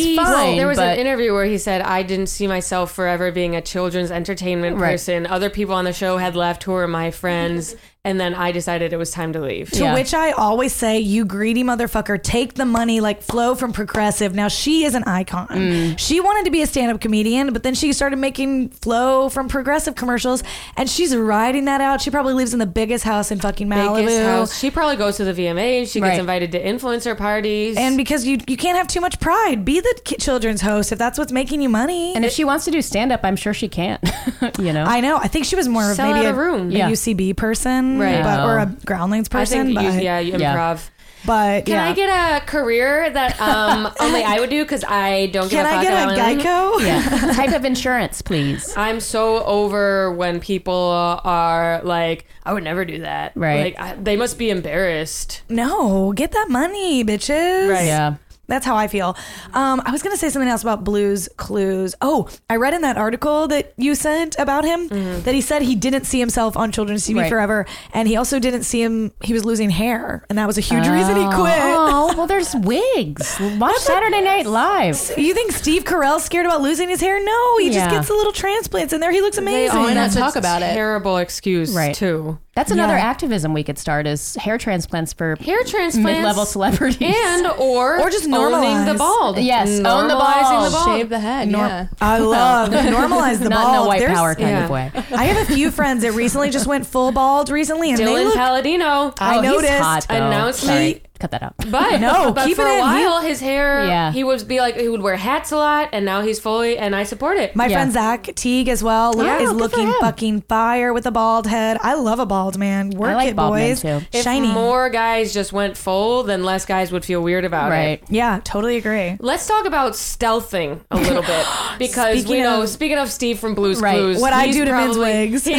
S1: He's-
S3: fine.
S1: there was
S3: but
S1: an interview where he said, "I didn't see myself forever being a children's entertainment
S3: Right.
S1: person. Other people on the show had left who were my friends, and then I decided it was time to leave."
S2: To
S3: Yeah.
S2: which I always say, you greedy motherfucker, take the money like flow from progressive. Now she is an icon.
S1: Mm.
S2: She wanted to be a stand-up comedian, but then she started making flow from progressive commercials and she's riding that out. She probably lives in the biggest house in fucking Malibu.
S1: Biggest house. She probably goes to the VMAs. She gets
S3: Right.
S1: invited to influencer parties.
S2: And because you you can't have too much pride. Be the ki- children's host if that's what's making you money.
S3: and if she wants to do stand up, I'm sure she can. [laughs] you know,
S2: I know. I think she was more of
S1: Sell
S2: maybe
S1: out a room.
S3: Yeah.
S2: UCB person,
S1: Right.
S2: But, or a
S3: No.
S2: groundlings
S1: I
S2: person.
S1: think,
S2: but,
S1: you, yeah, you
S3: Yeah.
S1: improv.
S2: but
S1: Can
S2: yeah.
S1: I get a career that
S2: [laughs]
S1: um, only I would do because I don't
S2: Can
S1: give a
S2: I
S1: fuck
S2: get a
S1: about anyone?
S2: Geico?
S3: yeah. type of insurance, please.
S1: I'm so over when people are like, I would never do that.
S3: Right.
S1: Like, I, they must be embarrassed.
S2: No, get that money, bitches.
S1: Right.
S3: Yeah.
S2: That's how I feel. Um, I was going to say something else about Blues Clues. Oh, I read in that article that you sent about him that he said he didn't see himself on children's TV
S3: Mm-hmm. Right.
S2: forever. And he also didn't see him, he was losing hair. And that was a huge reason he quit.
S3: Oh, well, there's wigs. Watch Saturday Night Live.
S2: You think Steve Carell's scared about losing his hair? No, he just
S3: Yeah.
S2: gets the little transplants in there. He looks amazing.
S4: always- Why not Oh, talk about it?
S1: Terrible excuse,
S3: Right.
S1: too.
S3: That's another
S2: Yeah.
S3: activism we could start is hair transplants for
S1: Hair transplants.
S3: mid-level celebrities. [laughs]
S1: And or
S2: Or just
S1: owning the
S2: normalize.
S1: bald.
S3: Yes, own
S1: normalizing
S3: the
S1: the
S3: bald.
S1: bald.
S4: Shave the head. yeah.
S2: I
S3: [laughs]
S2: love normalize the
S3: not
S2: bald.
S3: in a white
S2: There's-
S3: power kind
S1: yeah.
S3: of way.
S2: I have a few friends that recently just went full bald recently, and they
S1: Dylan
S2: look.
S1: Paladino.
S2: I
S3: Oh,
S2: noticed.
S3: He's hot, though.
S1: Announcement.
S3: Sorry, cut that out.
S1: But
S2: [laughs] No,
S1: but
S2: keep
S1: for
S2: it
S1: a
S2: in. He-
S1: while, his hair.
S3: Yeah.
S1: he would be like he would wear hats a lot, and now he's fully, and I support it.
S2: My
S3: Yeah.
S2: friend Zach Teague as well look,
S1: Yeah,
S2: is
S1: good for
S2: looking
S1: him.
S2: fucking fire with a bald head. I love a bald man. Work
S3: like
S2: it,
S3: bald men,
S2: boys.
S3: too.
S1: if
S2: Shiny.
S1: more guys just went full, then less guys would feel weird about it.
S3: Right.
S2: yeah, totally agree.
S1: Let's talk about stealthing a little
S2: [gasps]
S1: bit because we
S2: Speaking
S1: know.
S2: of-
S1: speaking of Steve from Blue's
S3: Right.
S1: Clues,
S2: What I
S1: he's
S2: do to men's
S1: probably- [laughs]
S2: wigs.
S1: he-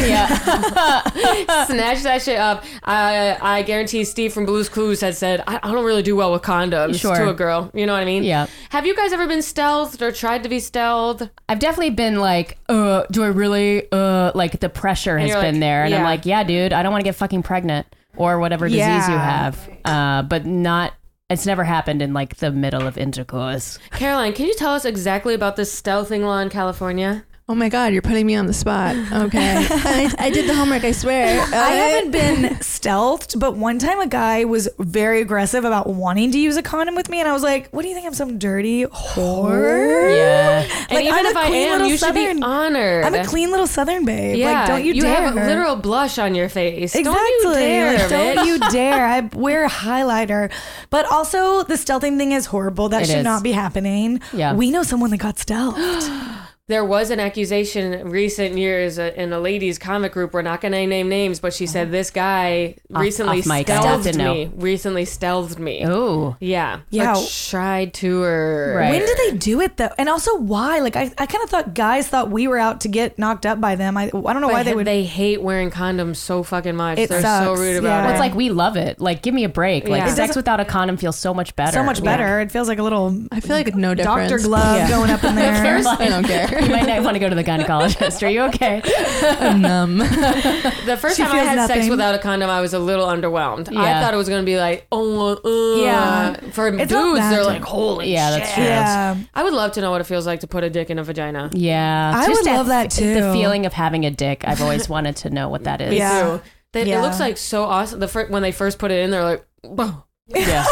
S1: snatch that shit up. I I guarantee Steve from Blue's Clues had said, I, I don't really do well with condoms
S3: Sure.
S1: to a girl. You know what I mean?
S3: Yeah.
S1: Have you guys ever been stealthed or tried to be stealthed?
S3: I've definitely been like, uh, do I really? Uh, like the pressure has
S1: you're
S3: been
S1: like,
S3: there, and I'm
S1: yeah.
S3: like, yeah, dude, I don't want to get fucking pregnant or whatever disease you
S2: Yeah.
S3: have. Uh, but not. It's never happened in like the middle of intercourse.
S1: Caroline, can you tell us exactly about this stealthing law in California?
S4: Oh my God, you're putting me on the spot. Okay. [laughs] I, I did the homework, [laughs] I swear.
S2: I haven't been stealthed, but one time a guy was very aggressive about wanting to use a condom with me, and I was like, "What do you think? I'm some dirty whore?
S3: Yeah.
S1: And
S2: Like,
S1: even
S2: I'm a
S1: if I
S2: clean
S1: am,
S2: little
S1: you should
S2: Southern-
S1: be honored.
S2: I'm a clean little Southern babe.
S1: Yeah,
S2: like, don't you,
S1: you
S2: dare
S1: have a literal blush on your face.
S2: Exactly.
S1: Don't you dare,
S2: Like,
S1: bitch.
S2: don't you dare. I wear highlighter. But also, the stealthing thing is horrible. That
S3: It
S2: should
S3: is.
S2: not be happening.
S3: Yeah.
S2: We know someone that got stealthed.
S1: There was an accusation in recent years uh, in a ladies comic group. We're not going to name names, but she
S2: Oh.
S1: said this guy
S3: Off-
S1: recently
S3: off mic. I have to
S1: stealthed
S3: know.
S1: me. Recently stealthed me.
S3: Oh.
S1: Yeah.
S2: Yeah.
S1: Or tried to or
S3: Right.
S2: When did they do it though? And also, why? Like, I, I kind of thought guys thought we were out to get knocked up by them. I, I don't know why
S1: Why
S2: they would.
S1: they hate wearing condoms so fucking much.
S2: It
S1: They're
S2: sucks,
S1: so rude about
S2: yeah.
S1: it.
S3: Well, it's like we love it. Like, give me a break. Like,
S1: Yeah. It
S3: sex
S2: doesn't-
S3: without a condom feels so much better.
S2: so much
S3: [laughs]
S2: better. It feels like a little
S4: I feel like no difference.
S2: doctor glove going
S4: [laughs]
S2: up in there. [laughs]
S4: I don't care.
S3: You might not want to go to the gynecologist. Are you okay?
S4: I'm numb.
S1: the first
S2: she
S1: time I
S2: feels
S1: had sex
S2: nothing.
S1: without a condom, I was a little underwhelmed. I
S3: Yeah.
S1: thought it was going to be like, oh, uh,
S2: Yeah.
S1: For
S2: It's not
S1: dudes,
S2: bad.
S1: they're like, holy
S3: Yeah,
S1: shit.
S3: that's true.
S2: yeah,
S1: I would love to know what it feels like to put a dick in a vagina.
S3: Yeah.
S2: I would love that,
S3: The
S2: too.
S3: feeling of having a dick.
S2: [laughs]
S3: I've always wanted to know what that is.
S1: Me
S2: Yeah.
S1: too. They, It
S2: Yeah.
S1: looks like so awesome. The fir- when they first put it in, they're like, [laughs] "Whoa."
S3: [laughs] Yeah.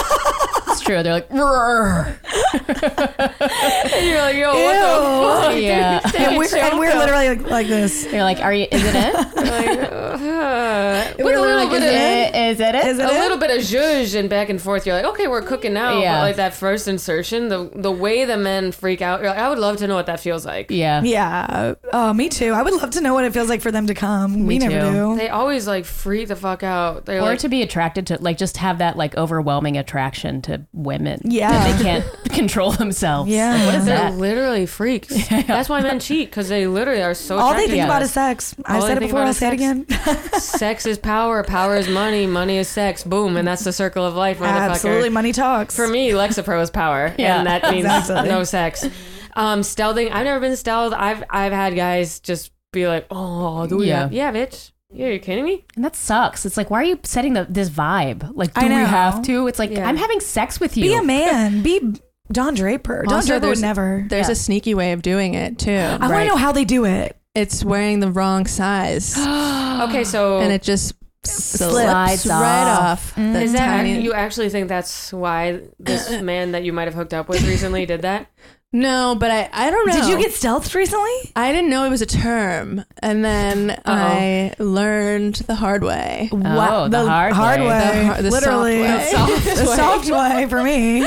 S3: it's true. They're like, "Rrrr."
S1: and you're like, yo,
S2: Ew.
S1: what the fuck?
S3: yeah.
S2: and we're, and we're literally like, like this.
S3: You're like, are you? Is
S2: [laughs]
S3: it it?
S1: Like, uh, with
S2: We're
S1: a little
S2: like,
S1: bit
S2: is
S1: of
S2: it Uh-huh. in?
S3: Is it it?
S2: Is it
S1: a
S2: in?
S1: little bit of zhuzh and back and forth. You're like, okay, we're cooking now.
S3: Yeah.
S1: But like that first insertion, the the way the men freak out. You're like, I would love to know what that feels like.
S3: Yeah.
S2: Yeah. Oh, me too. I would love to know what it feels like for them to come. we
S3: Me
S2: never
S3: too.
S2: do.
S1: They always like freak the fuck out. They're
S3: Or
S1: like,
S3: to be attracted to, like, just have that like overwhelming attraction to women.
S2: Yeah.
S3: that
S2: [laughs]
S3: they can't control themselves.
S2: Yeah.
S3: Like, what is
S1: they're
S3: that?
S1: literally freaks.
S2: [laughs]
S1: That's why men cheat because they literally are so.
S2: All they
S1: attracted
S2: think
S1: to
S2: about
S1: us.
S2: is sex. I
S1: All they
S2: said it
S1: think
S2: before.
S1: about
S2: I'll
S1: is
S2: say it again.
S1: [laughs] sex is power, power is money, money is sex. Boom, and that's the circle of life, motherfucker.
S2: Absolutely, money talks.
S1: For me, Lexapro is power,
S3: Yeah.
S1: and that means
S2: Exactly.
S1: no sex. Um, stealthing. I've never been stealthed. I've I've had guys just be like, "Oh, do we
S3: Yeah.
S1: have- yeah, bitch? Yeah, you kidding me?
S3: And that sucks. It's like, why are you setting the, this vibe? Like, do
S2: I
S3: we
S2: know.
S3: have to? It's like,
S1: Yeah.
S3: I'm having sex with you.
S2: be a man. Be Don Draper. Don
S4: Also,
S2: Draper would
S4: there's-
S2: never.
S4: There's
S3: Yeah.
S4: a sneaky way of doing it too.
S2: I want to know how they do it.
S4: It's wearing the wrong size,
S3: [gasps]
S1: Okay, so
S4: and it just slips right off. the
S1: Mm-hmm. is that
S4: tiny-
S1: you actually think that's why
S2: [coughs]
S1: this man that you might have hooked up with recently did that?
S4: No, but I, I don't know.
S2: Did you get stealthed recently?
S4: I didn't know it was a term, and then I learned the hard way.
S2: Wow,
S3: the hard way.
S4: The har- the soft
S2: literally,
S4: way.
S2: [laughs] the soft way for me.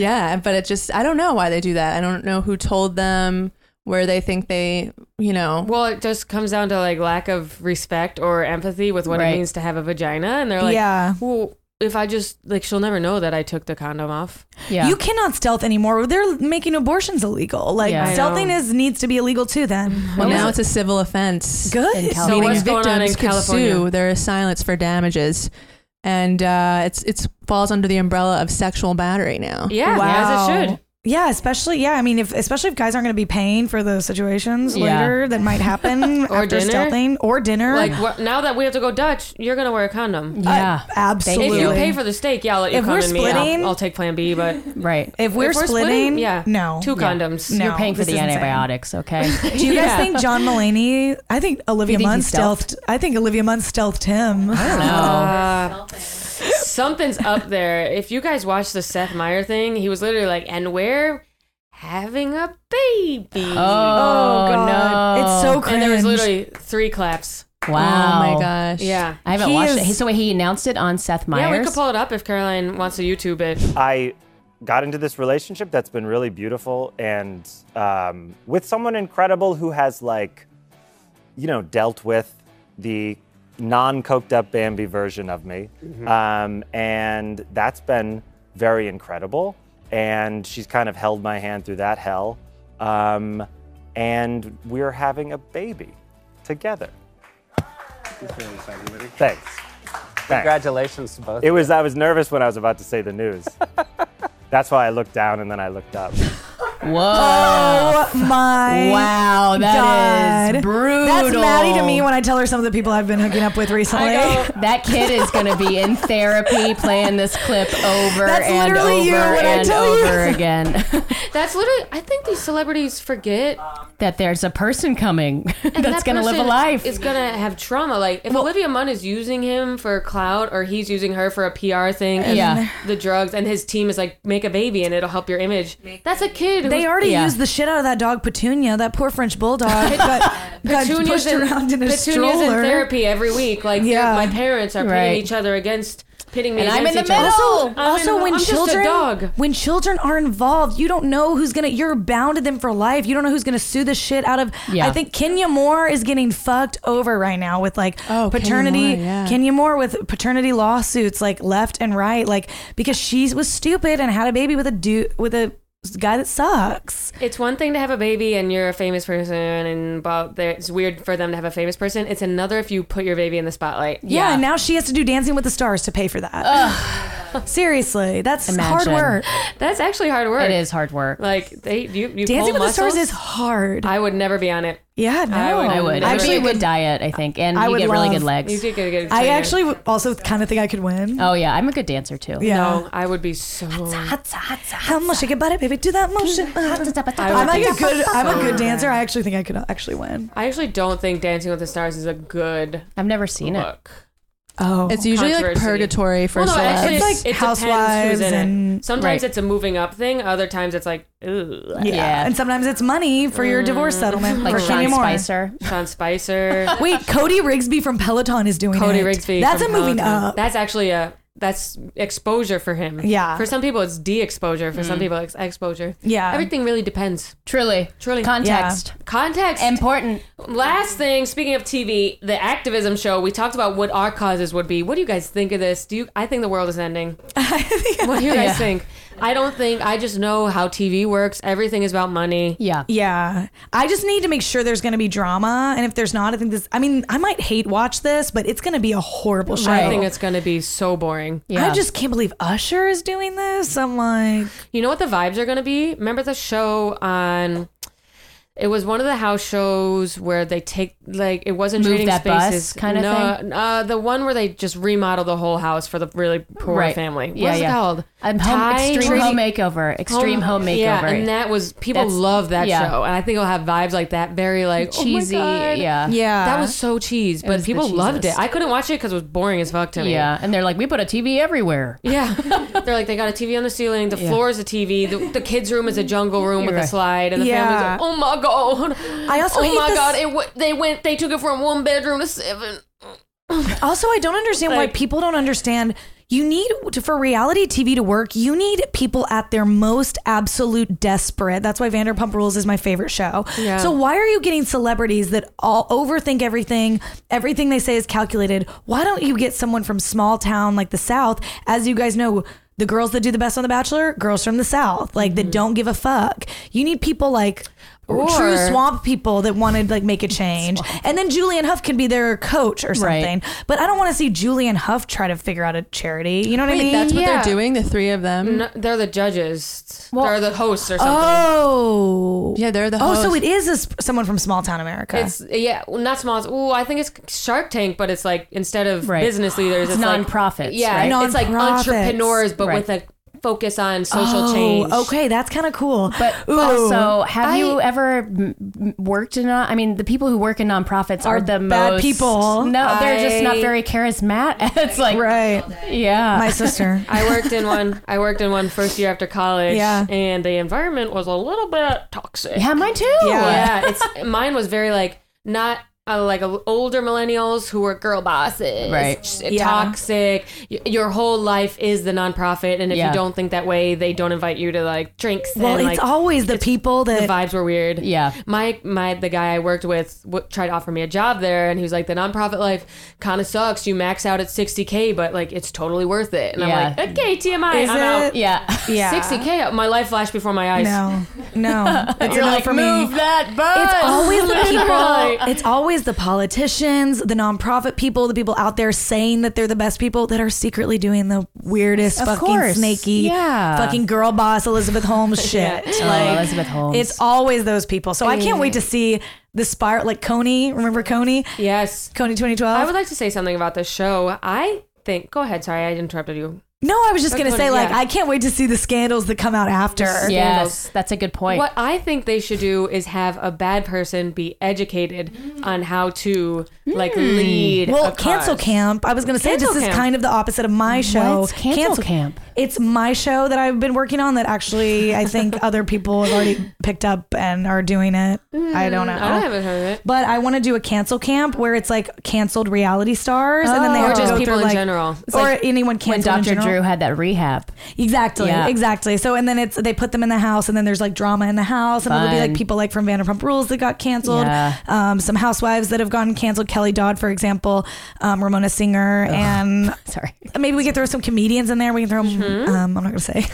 S4: Yeah, but it just I don't know why they do that. I don't know who told them where they think they, you know.
S1: Well, it just comes down to like lack of respect or empathy with what
S3: Right.
S1: it means to have a vagina, and they're like,
S2: yeah.
S1: Well, if I just like, she'll never know that I took the condom off.
S3: Yeah.
S2: You cannot stealth anymore. They're making abortions illegal. Like
S3: Yeah.
S1: I
S2: stealthing
S1: know.
S2: is needs to be illegal too. Then
S4: Well, now it's a civil offense.
S2: [laughs] good.
S3: In Cal-
S1: So
S4: Meaning
S1: what's going
S4: victims
S1: on in
S4: could
S1: California?
S4: sue their assailants for damages, and uh, it's it's falls under the umbrella of sexual battery now.
S3: Oh,
S1: Yeah,
S2: Wow.
S1: as it should.
S2: Yeah, especially yeah. I mean, if especially if guys aren't going to be paying for those situations
S3: Yeah.
S2: later that might
S1: [laughs]
S2: happen
S1: Or
S2: after
S1: dinner?
S2: stealthing or dinner. Uh,
S1: Like wha- now that we have to go Dutch, you're gonna wear a condom.
S3: Yeah.
S2: absolutely.
S1: If you pay for the steak, yeah, I'll let you
S2: If
S1: come
S2: we're
S1: and me. I'll,
S2: splitting-
S1: I'll take Plan B,
S2: [laughs]
S1: but
S3: right.
S2: If we're,
S1: if we're
S2: splitting,
S1: yeah,
S2: no,
S1: two condoms.
S2: No.
S3: You're paying for
S2: this
S3: the
S2: is insane. Oh
S3: antibiotics, okay?
S2: [laughs] Do you guys
S1: Yeah.
S2: think John Mulaney? I think Olivia
S3: think he
S2: Munn stealthed.
S3: stealthed?
S2: I think Olivia Munn stealthed him.
S1: Oh,
S2: [laughs]
S3: no.
S1: Uh, something's up there. If you guys watch the Seth Meyer thing, he was literally like, "And we're having a baby."
S3: Oh, no.
S2: it's so cringe.
S1: and there was literally three claps.
S3: Wow.
S4: Oh my gosh.
S1: Yeah.
S3: I haven't
S2: He
S3: watched it.
S2: is-
S3: So wait, he announced it on Seth Meyers.
S1: Yeah, we could pull it up if Caroline wants to YouTube it.
S6: I got into this relationship that's been really beautiful and um, with someone incredible who has like, you know, dealt with the non-coked up Bambi version of me, um, and that's been very incredible. And she's kind of held my hand through that hell, um, and we're having a baby together. Thanks. Thanks.
S7: Congratulations to both.
S6: It was. I was nervous when I was about to say the news. That's why I looked down and then I looked up.
S1: [laughs]
S3: Whoa.
S2: oh my
S3: wow. that
S2: God.
S3: is brutal.
S2: That's Maddie to me when I tell her some of the people I've been hooking up with recently.
S3: [laughs] that kid is going to be in therapy playing this clip over
S2: That's
S3: and over
S2: literally you when I
S3: and
S2: tell you.
S3: over
S2: [laughs]
S3: again [laughs]
S1: That's literally. I think these celebrities forget
S3: that there's a person coming [laughs] that's
S1: that
S3: going to live a
S1: person
S3: life.
S1: Is gonna have trauma. Like if Olivia Munn is using him for clout, or he's using her for a PR thing, and
S3: Yeah.
S1: the drugs, and his team is like, make a baby, and it'll help your image. That's a kid.
S2: They
S1: who's-
S2: already
S3: Yeah.
S2: used the shit out of that dog Petunia, that poor French bulldog.
S1: [laughs]
S2: got, got pushed around in a
S1: Petunia's
S2: stroller.
S1: in therapy every week. Like they're-
S2: Yeah.
S1: my parents are
S3: Right.
S1: pitting each other against pitting me
S3: And I'm
S1: against
S3: in the
S1: each other.
S3: middle.
S1: I'm
S2: also,
S1: in-
S2: when
S1: I'm just a
S2: children
S1: dog.
S2: when children are involved, you don't know who's gonna. You're bound to them for life. You don't know who's gonna sue the shit out of.
S3: Yeah.
S2: I think Kenya Moore is getting fucked over right now with like
S4: Oh, Kenya
S2: paternity.
S4: Moore, yeah.
S2: Kenya Moore with paternity lawsuits like left and right, like because she was stupid and had a baby with a dude with a guy that sucks.
S1: It's one thing to have a baby and you're a famous person, and about there, it's weird for them to have a famous person. It's another if you put your baby in the spotlight.
S2: Yeah. and now she has to do Dancing with the Stars to pay for that. Seriously, that's hard
S3: Imagine.
S2: work.
S1: That's actually hard work.
S3: it is hard work.
S1: Like they, you, you
S2: Dancing
S1: pull
S2: with the
S1: muscles.
S2: Stars is hard.
S1: I would never be on it.
S2: yeah, no,
S1: would-
S3: I would.
S1: I
S3: It would be a
S1: actually
S3: good diet, I think, and
S2: I
S3: you
S2: would
S3: get really
S2: love-
S3: good
S1: You
S3: legs.
S1: did get a good.
S2: I
S1: trainer.
S2: actually would also kind of think I could win.
S3: Oh yeah, I'm a good dancer too.
S2: yeah.
S1: No, I would be so.
S2: Hatsa, hatsa, How much shake your body, baby? Do that motion.
S1: [laughs]
S2: I'm
S1: would
S2: like a
S1: think
S2: good.
S1: so.
S2: uh, I'm a good dancer. I actually think I could actually win.
S1: I actually don't think Dancing with the Stars is a good
S3: I've never seen it.
S1: look.
S2: Oh,
S4: It's usually like
S1: Controversy.
S4: purgatory for
S1: Well, no,
S4: celebs.
S1: actually, it's
S2: It's like
S1: it depends who's
S2: Housewives
S1: in
S2: and-
S1: it. Sometimes
S3: Right.
S1: it's a moving up thing. Other times it's like, ooh,
S2: yeah.
S3: yeah.
S2: And sometimes it's money for your
S1: Mm.
S2: divorce settlement
S3: Like
S2: for
S3: Sean
S2: Kenya Moore.
S3: Spicer.
S1: Sean
S2: [laughs]
S1: Spicer,
S2: Wait, Cody Rigsby from Peloton is doing
S1: Cody
S2: it.
S1: Rigsby.
S2: That's a
S1: from
S2: moving
S1: Peloton.
S2: up.
S1: That's actually a that's exposure for him.
S2: Yeah.
S1: For some people, it's de-exposure. For some people, it's exposure.
S2: Yeah.
S1: Everything really depends.
S3: Truly.
S1: Truly.
S3: Context.
S1: Context.
S3: Important.
S1: Last thing, speaking of TV, the activism show, we talked about what our causes would be. What do you guys think of this? Do you I think the world is ending. What do you guys
S3: Yeah.
S1: think? I don't think I just know how TV works. Everything is about money.
S3: Yeah.
S2: Yeah. I just need to make sure there's going to be drama. And if there's not, I think this, I mean, I might hate watch this, but it's going to be a horrible show.
S1: I think it's going to be so boring.
S2: I
S3: Yeah.
S2: just can't believe Usher is doing this. I'm like,
S1: You know what the vibes are going to be? Remember the show on it was one of the house shows where they take like it wasn't
S3: Move
S1: trading
S3: That Bus
S1: spaces
S3: kinda
S1: no,
S3: thing?
S1: Uh, the one where they just remodel the whole house for the really poor
S3: Right.
S1: family. What's
S3: Yeah,
S1: it
S3: yeah.
S1: called?
S3: I'm home,
S1: Thai
S3: extreme
S1: Trading-
S3: home makeover. Extreme home, makeover.
S1: Yeah, and that was people
S3: That's-
S1: love that
S3: yeah.
S1: show, and I think it'll have vibes like that, very like oh my
S3: cheesy.
S1: God.
S3: yeah.
S2: yeah.
S1: That was so cheese, but
S3: was the
S1: people loved it.
S3: cheesiest.
S1: I couldn't watch it because it was boring as fuck to me.
S3: Yeah. And they're like, we put a TV everywhere.
S1: Yeah. [laughs] They're like, they got a TV on the ceiling, the floor is a TV, the, the kids' room is a jungle room with
S3: You're
S1: a
S3: right.
S1: slide, and the
S2: Yeah.
S1: family's like, oh my God.
S2: I also
S1: oh
S2: hate
S1: my
S2: this-
S1: God. It w- they went, they took it from one bedroom to seven.
S2: Also, I don't understand why
S1: Like-
S2: people don't understand. You need to, for reality TV to work. You need people at their most absolute desperate. That's why Vanderpump Rules is my favorite show.
S1: Yeah.
S2: So why are you getting celebrities that all overthink everything? Everything they say is calculated. Why don't you get someone from small town like the South? As you guys know, the girls that do the best on The Bachelor, girls from the South, like that don't give a fuck. You need people like true
S1: Mm-hmm. Or-
S2: swamp people that wanted like make a change. And then Julian Huff can be their coach or
S3: Right.
S2: something. But I don't want to see Julian Huff try to figure out a charity. You know what I mean?
S4: that's what
S1: Yeah.
S4: they're doing. The three of them.
S1: No, they're the judges. they're the hosts or something.
S2: oh.
S4: Yeah, they're the
S2: Oh, so
S4: hosts.
S2: it is a s someone from small town America.
S1: It's yeah, well, not small. Oh, I think it's Shark Tank, but it's like instead of
S3: Right.
S1: business leaders, it's,
S3: It's
S1: like-
S3: nonprofits,
S1: Yeah,
S2: right?
S1: it's like
S2: Nonprofits.
S1: entrepreneurs, but
S3: Right.
S1: with a focus on social change.
S2: okay, that's kind of cool.
S3: But
S2: Ooh.
S3: also, have
S1: I-
S3: you ever m- m- worked in? A, I mean, the people who work in nonprofits are,
S2: Are
S3: the
S2: bad
S3: most
S2: people.
S3: No, they're just not
S1: I-
S3: very charismatic. [laughs] it's like
S2: right,
S3: yeah,
S2: my sister.
S1: I worked in one. I worked in one first year after college.
S2: Yeah.
S1: and the environment was a little bit toxic.
S3: yeah, mine too.
S2: Yeah.
S1: yeah it's mine was very like not uh, like uh, older millennials who were girl bosses
S3: Right.
S1: Just
S2: Yeah.
S1: toxic Y- your whole life is the nonprofit and if
S3: Yeah.
S1: you don't think that way they don't invite you to like drinks
S2: Well,
S1: and,
S2: it's
S1: like,
S2: always the people
S1: the
S2: that
S1: vibes were weird
S3: Yeah.
S1: my my the guy i worked with w- tried to offer me a job there and he was like the nonprofit life kind of sucks you max out at 60k but like it's totally worth it and
S3: Yeah.
S1: i'm like okay tmi
S2: Is
S1: i'm
S2: it?
S1: out
S3: yeah.
S2: yeah.
S1: 60k my life flashed before my eyes
S2: No, no, it's
S3: You're
S2: enough
S3: like
S2: for
S3: move
S2: me.
S3: that bus.
S2: It's always
S1: [laughs]
S2: the
S1: Right.
S2: people. It's always the politicians, the nonprofit people, the people out there saying that they're the best people that are secretly doing the weirdest,
S3: Of
S2: fucking
S3: course.
S2: snaky,
S3: Yeah.
S2: fucking girl boss Elizabeth
S1: [laughs]
S2: Holmes shit.
S3: Oh,
S2: Like,
S3: Elizabeth Holmes.
S2: It's always those people. So I can't wait to see the spiral. Like Coney, remember Coney?
S1: yes
S2: Coney 2012.
S1: I would like to say something about this show. I think. Go ahead. Sorry, I interrupted you.
S2: no, I was just gonna
S1: Coney,
S2: say like
S1: yeah.
S2: I can't wait to see the scandals that come out after.
S3: yes, that's a good point.
S1: What I think they should do is have a bad person be educated on how to like lead.
S2: Mm. Well,
S1: a
S2: cancel
S1: cause.
S2: camp. I was going to say
S1: Cancel
S2: this is
S1: camp.
S2: kind of the opposite of my show.
S3: What's cancel camp?
S2: It's my show that I've been working on that actually I think other people have already picked up and are doing it. I don't know.
S1: I haven't heard of it.
S2: but I want to do a cancel camp where it's like canceled reality stars, and then they
S1: Or
S2: have to
S1: Oh. just
S2: go
S1: people
S2: Oh. through,
S1: in
S2: like-
S1: general. It's
S2: or
S1: like
S2: anyone
S3: when
S2: canceled in
S3: Dr.
S2: general.
S3: Drew had that rehab.
S2: Exactly,
S3: Yeah.
S2: exactly. So and then it's they put them in the house, and then there's like drama in the house, and it'll be
S3: Fun.
S2: like people like from Vanderpump Rules that got canceled,
S3: Yeah.
S2: um, some housewives that have gotten canceled, Kelly Dodd for example, um, Ramona Singer, and
S3: Sorry.
S2: maybe we could throw some comedians in there. We can throw, um, I'm not gonna say,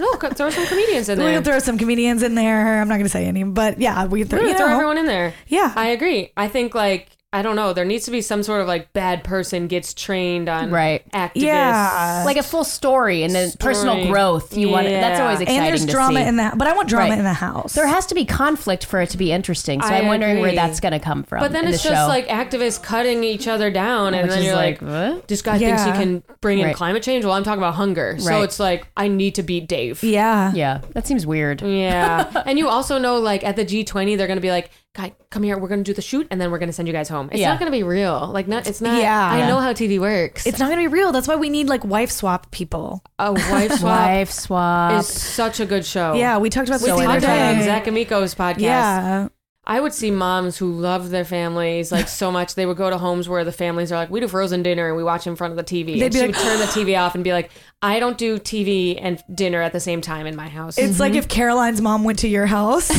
S1: no, co- throw some comedians in
S2: we
S1: there.
S2: can throw some comedians in there. I'm not gonna say any, but yeah, we can throw,
S1: Throw,
S2: you
S1: throw
S2: know.
S1: everyone in there.
S2: Yeah.
S1: I agree. I think like I don't know. There needs to be some sort of like bad person gets trained on
S3: Right.
S1: activists.
S2: Yeah.
S3: Like a full story and then personal
S1: Story.
S3: growth. You want that's
S1: Yeah.
S3: always
S1: And
S3: exciting
S2: and there's
S3: to
S2: drama
S3: see.
S2: in the, but I want drama
S3: Right.
S2: in the house.
S3: there has to be conflict for it to be interesting. So
S1: I
S3: I am wondering where
S1: agree.
S3: that's going to come from.
S1: But then
S3: um, in
S1: it's
S3: the
S1: just
S3: show.
S1: like activists cutting each other down, and
S3: Which
S1: then
S3: is
S1: you're like,
S3: like, what?
S1: this guy thinks he
S2: Yeah.
S1: can bring in
S3: Right.
S1: climate change. Well, I'm talking about hunger, so
S3: Right.
S1: it's like I need to beat Dave.
S2: yeah,
S3: yeah, that seems weird.
S1: [laughs]
S2: Mm.
S3: [laughs]
S1: Yeah. and you also know, like, at the G20, they're going to be like, guy, come here. We're going to do the shoot and then we're going to send you guys home. It's
S3: Yeah.
S1: not going to be real. Like, not, it's not.
S2: Yeah.
S1: I
S2: Yeah.
S1: know how TV works.
S2: it's not gonna be real. That's why we need like wife swap people.
S3: [laughs]
S1: a wife swap
S3: Wife swap.
S1: is such a good show.
S2: Yeah, we talked about
S1: With
S2: this the
S1: Tom
S2: other
S1: Day on
S2: day.
S1: Zach Amico's podcast.
S2: Yeah.
S1: I would see moms who love their families like so much. They would go to homes where the families are like, we do frozen dinner and we watch in front of the TV.
S2: They'd
S1: and
S2: be
S1: she
S2: like,
S1: would turn the TV off and be like, I don't do TV and dinner at the same time in my house.
S2: It's like if Caroline's mom went to your house.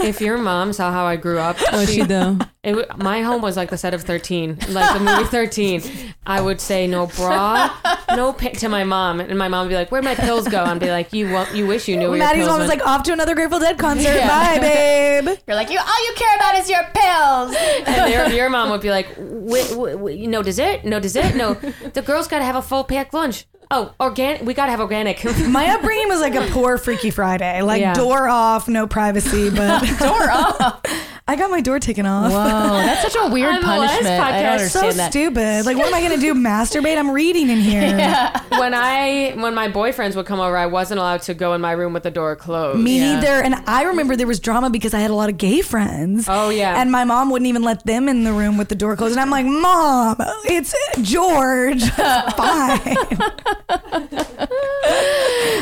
S1: if your mom saw how [laughs] I grew up,
S4: [laughs] oh, she though.
S1: It, w- my home was like the set of 13, like the movie 13. I would say no bra, no pick to my mom, and my mom would be like, "Where'd my pills go?" And I'd be like, "You won't, you wish you knew." Where
S2: Maddie's
S1: Oh, your
S2: mom
S1: pills
S2: was
S1: went."
S2: like, off to another Grateful Dead concert. Bye, babe.
S3: You're like you. All you care about is your pills.
S1: and
S2: [laughs]
S1: their, your mom would be like, w- w- w- "No dessert, no dessert, no. The girls got to have a full packed lunch. Oh, organic. We got to have
S2: [laughs]
S1: organic.
S2: My upbringing was like a poor Freaky Friday, like
S1: Yeah.
S2: door off, no privacy, but door off. [laughs] I got my door taken off.
S3: Whoa, that's such
S2: [laughs]
S3: a weird
S1: I'm the last
S3: punishment. I don't
S1: podcast.
S2: So
S3: understand that.
S2: stupid. Like, what am I gonna do? Masturbate? I'm reading in here.
S1: when I when my boyfriends would come over, I wasn't allowed to go in my room with the door closed.
S2: Me
S1: Yeah.
S2: neither. And I remember there was drama because I had a lot of gay friends.
S1: Oh, yeah.
S2: And my mom wouldn't even let them in the room with the door closed. And I'm like, Mom, it's George. It's fine. [laughs]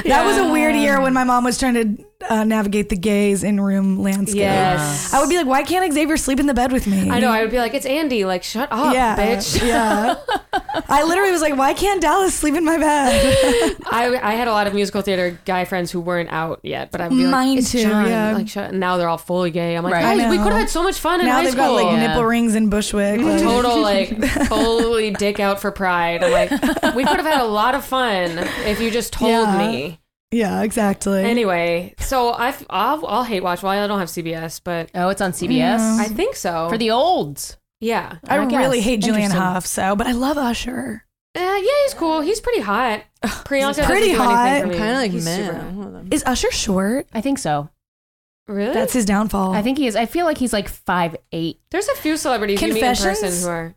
S2: That was a weird year when my mom was trying to uh, navigate the gays in room landscape.
S1: Yes.
S2: I would be like, why can't Xavier sleep in the bed with me?
S1: I know. I would be like, "It's Andy. Like, shut up,
S2: yeah,
S1: bitch."
S2: [laughs] yeah. I literally was like, "Why can't Dallas sleep in my bed?"
S1: I, I had a lot of musical theater guy friends who weren't out yet, but I'd be
S2: Mine
S1: like, it's
S2: too,
S1: John.
S2: yeah.
S1: Like, shut, now they're all fully gay. I'm like,
S3: Right.
S1: guys,
S2: I
S1: we
S2: know.
S1: could have had so much fun [laughs] in
S2: now
S1: high
S2: they've got
S1: school.
S2: like
S3: Yeah.
S2: nipple rings in Bushwick. [laughs] like-
S1: Total like fully dick out for pride. I'm like, we could have had a lot of fun if you just told
S2: Yeah.
S1: me.
S2: Yeah, exactly.
S1: Anyway, so I've, I'll, I'll hate watch. Well, I don't have CBS, but
S3: Oh, it's on CBS
S1: I think so.
S3: for the olds.
S1: yeah,
S2: I,
S3: I guess.
S2: really hate Julian
S3: Interesting.
S2: Hough, so but I love Usher.
S1: uh, yeah, he's cool. He's pretty hot. Priyanka,
S2: Pretty
S1: doesn't do anything
S2: hot.
S1: for
S4: I'm
S1: me.
S4: kind of like
S1: He's super hot.
S4: man.
S2: Is Usher short?
S3: I think so.
S1: Really?
S2: That's his downfall.
S3: I think he is. I feel like he's like five eight.
S1: There's a few celebrities you meet in person
S2: Confessions?
S1: who are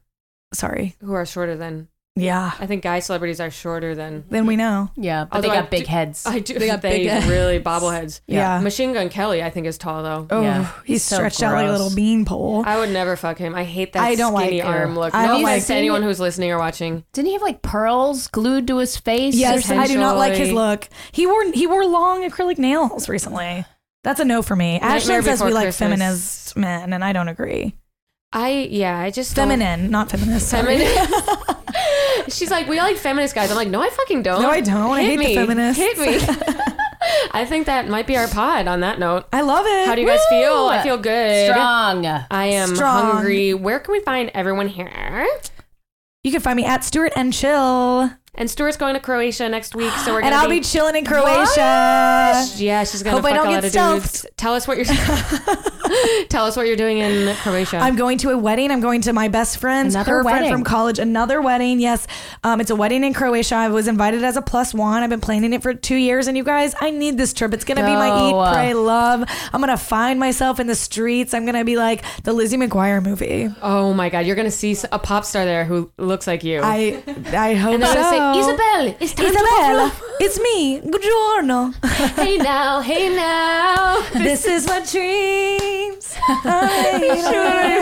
S2: Sorry.
S1: who are shorter than.
S2: Yeah.
S1: I think guy celebrities are shorter than.
S2: Then we know.
S3: Yeah, but they
S1: Although I
S3: got big
S1: do-
S3: heads.
S2: uh,
S1: I do. [laughs]
S4: They
S1: They
S4: got big heads.
S1: really bobbleheads.
S2: Yeah.
S1: Machine Gun Kelly, I think, is tall though.
S2: Oh,
S3: Yeah.
S2: he's
S3: So
S2: stretched out like a
S3: gross.
S2: little bean pole.
S1: I would never fuck him. I hate that
S2: I don't like
S1: skinny
S2: her.
S1: arm look.
S2: I
S1: no
S2: don't
S1: offense
S2: like-
S1: to anyone who's listening or watching.
S3: Didn't he have like pearls glued to his face?
S2: yes, I do not like his
S1: potentially-
S2: look. He wore he wore long acrylic nails recently. That's a no for me. Ashlyn says
S1: Before
S2: we like
S1: Christmas.
S2: feminist men, and I don't agree.
S1: I yeah, I just don't-
S2: Feminine, not feminist. sorry.
S1: Feminist. [laughs] She's like, we like feminist guys. I'm like, no, I fucking don't.
S2: [laughs] No, I don't. I
S1: Hit
S2: hate the
S1: me.
S2: feminists.
S1: Hit
S2: [laughs]
S1: me. I think that might be our pod. On that note,
S2: I love it.
S1: how do you guys
S3: Woo!
S1: feel? I feel good.
S3: Strong.
S1: I am
S2: Strong.
S1: hungry. Where can we find everyone here?
S2: You can find me at Stuart and Chill,
S1: And Stuart's going to Croatia next week, so we're
S2: [gasps] and
S1: gonna
S2: I'll be chilling in Croatia.
S1: yeah, she's gonna
S2: Hope I
S1: fuck
S2: don't
S1: a lot
S2: get
S1: of
S2: stumped.
S1: dudes. Tell us what you're. [laughs] Tell us what you're doing in Croatia.
S2: [laughs] I'm going to a wedding. I'm going to my best friend's
S3: Another
S2: her friend
S3: wedding.
S2: from college. Another wedding. Yes, um, it's a wedding in Croatia. I was invited as a plus one. I've been planning it for two years, and you guys, I need this trip. It's gonna be my
S3: Go.
S2: eat, pray, love. I'm gonna find myself in the streets. I'm gonna be like the Lizzie McGuire movie.
S1: oh my god, you're gonna see s- a pop star there who looks like you.
S2: I I hope
S1: and
S2: so.
S1: they're gonna say, Isabel, it's time to
S2: Isabella, it's me. Buongiorno.
S1: pop love." Hey now, hey now.
S2: [laughs] this is my
S1: [laughs]
S2: dreams. I-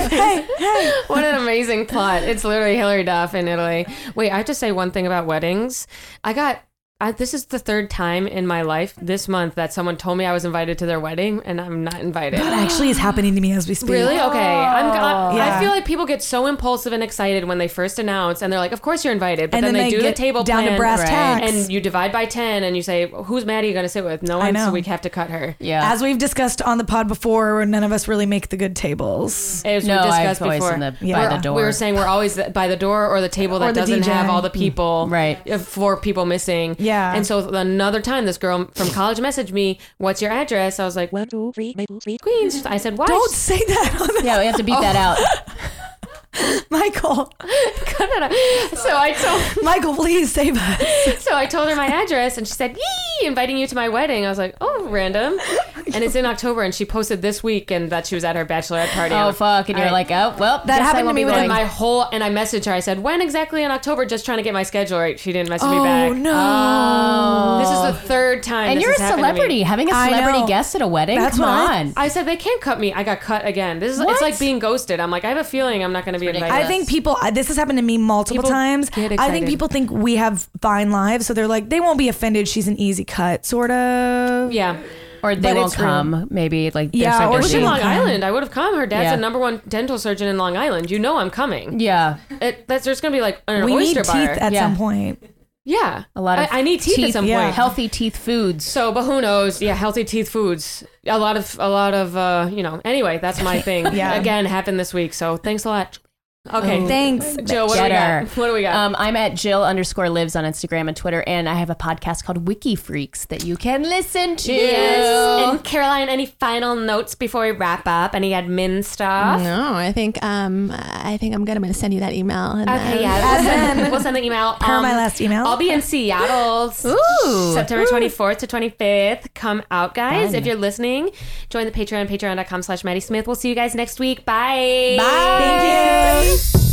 S2: hey, hey.
S1: What
S2: [laughs]
S1: an amazing plot. It's literally Hillary Duff in Italy. Wait, I have to say one thing about weddings. I got I, this is the third time in my life this month that someone told me I was invited to their wedding and I'm not invited.
S2: That actually is happening to me as we speak.
S1: Really? Okay. I'm, I,
S2: Yeah.
S1: I feel like people get so impulsive and excited when they first announce, and they're like, "Of course you're invited," but
S2: And
S1: then,
S2: then
S1: they,
S2: they
S1: do the
S2: get
S1: table
S2: down to
S1: plan,
S2: brass tacks.
S1: and you divide by ten, and you say, "Who's Maddie going to sit with?" No one,
S2: know.
S1: so we have to cut her.
S3: Yeah.
S2: As we've discussed on the pod before, none of us really make the good tables.
S1: As
S3: no,
S1: we discussed
S3: I've always
S1: before,
S3: in the,
S2: Yeah.
S3: by
S2: We're-
S3: the door.
S1: we were saying we're always th- by the door or the table that
S2: Or the
S1: doesn't
S2: DJ.
S1: have all the people,
S3: Right.
S1: uh, Four people missing.
S2: Yeah.
S1: And so another time, this girl from college messaged me, "What's your address?" I was like, "One, two, three, Maple Street, Queens." I said, "What?"
S2: Don't
S1: [laughs]
S2: say that on the
S3: yeah, we have to beat that
S2: [laughs]
S3: out.
S2: Michael.
S1: Cut it out. so I told.
S2: Michael, please save
S1: [laughs]
S2: us.
S1: So I told her my address and she said, Yee, inviting you to my wedding. I was like, Oh, random. And it's in October and she posted this week and that she was at her bachelorette party.
S3: Oh fuck! And you're
S1: I-
S3: like, oh well.
S2: That happened to me
S1: And
S2: when
S1: my whole and I messaged her. I said, "When exactly in October?" Just trying to get my schedule right. She didn't message me back.
S2: Oh no.
S1: This is the third time.
S3: And
S1: this
S3: you're a
S1: has happened to me.
S3: celebrity having a
S2: I
S3: celebrity
S2: know.
S3: guest at a wedding.
S2: That's
S3: Come
S2: what I-
S3: on.
S1: I said they can't cut me. I got cut again. This is
S3: What?
S1: it's like being ghosted. I'm like, I have a feeling I'm not going to be invited.
S2: I think people. I- This has happened to me multiple
S1: People
S2: times.
S1: get
S2: I
S1: excited.
S2: think people think we have fine lives, so they're like, they won't be offended. She's an easy cut, sort of.
S1: yeah.
S3: or they
S2: But
S3: won't
S2: it's real.
S3: come. Maybe like they're
S2: Yeah,
S3: so
S2: or
S1: Or
S2: she
S1: she
S3: busy.
S1: Long
S2: won't come.
S1: Island. I would have come. Her dad's
S3: Yeah.
S1: a number one dental surgeon in Long Island. You know I'm coming.
S3: Yeah,
S1: It, that's there's gonna be like an
S2: We need
S1: oyster
S2: teeth
S1: bar.
S2: at
S3: Yeah.
S2: some point.
S1: yeah,
S3: a lot of.
S1: I, I need teeth, at some
S2: yeah.
S1: point.
S3: Healthy teeth foods.
S1: So, but who knows? Yeah, healthy teeth foods. A lot of a lot of uh, you know. Anyway, that's my
S3: [laughs]
S1: thing.
S2: Yeah.
S1: Again, happened this week. So thanks a lot.
S3: Oh,
S1: Okay.
S2: Thanks.
S1: Jill, what do we
S3: Cheddar.
S1: got? What do we got?
S3: Um, I'm at Jill underscore lives on Instagram and Twitter, and I have a podcast called Wiki Freaks that you can listen to.
S1: yes. And Caroline, any final notes before we wrap up? Any admin stuff?
S4: No, I think um, I think I'm good. I'm gonna send you that email. And
S1: Okay,
S4: then-
S1: yeah. We'll send, we'll send the email. Um,
S2: Per my last email.
S1: I'll be in Seattle s- September 24th to 25th. Come out, guys. If you're listening, join the Patreon, patreon.com slash Maddie Smith. We'll see you guys next week. Bye.
S3: Bye.
S1: Thank you.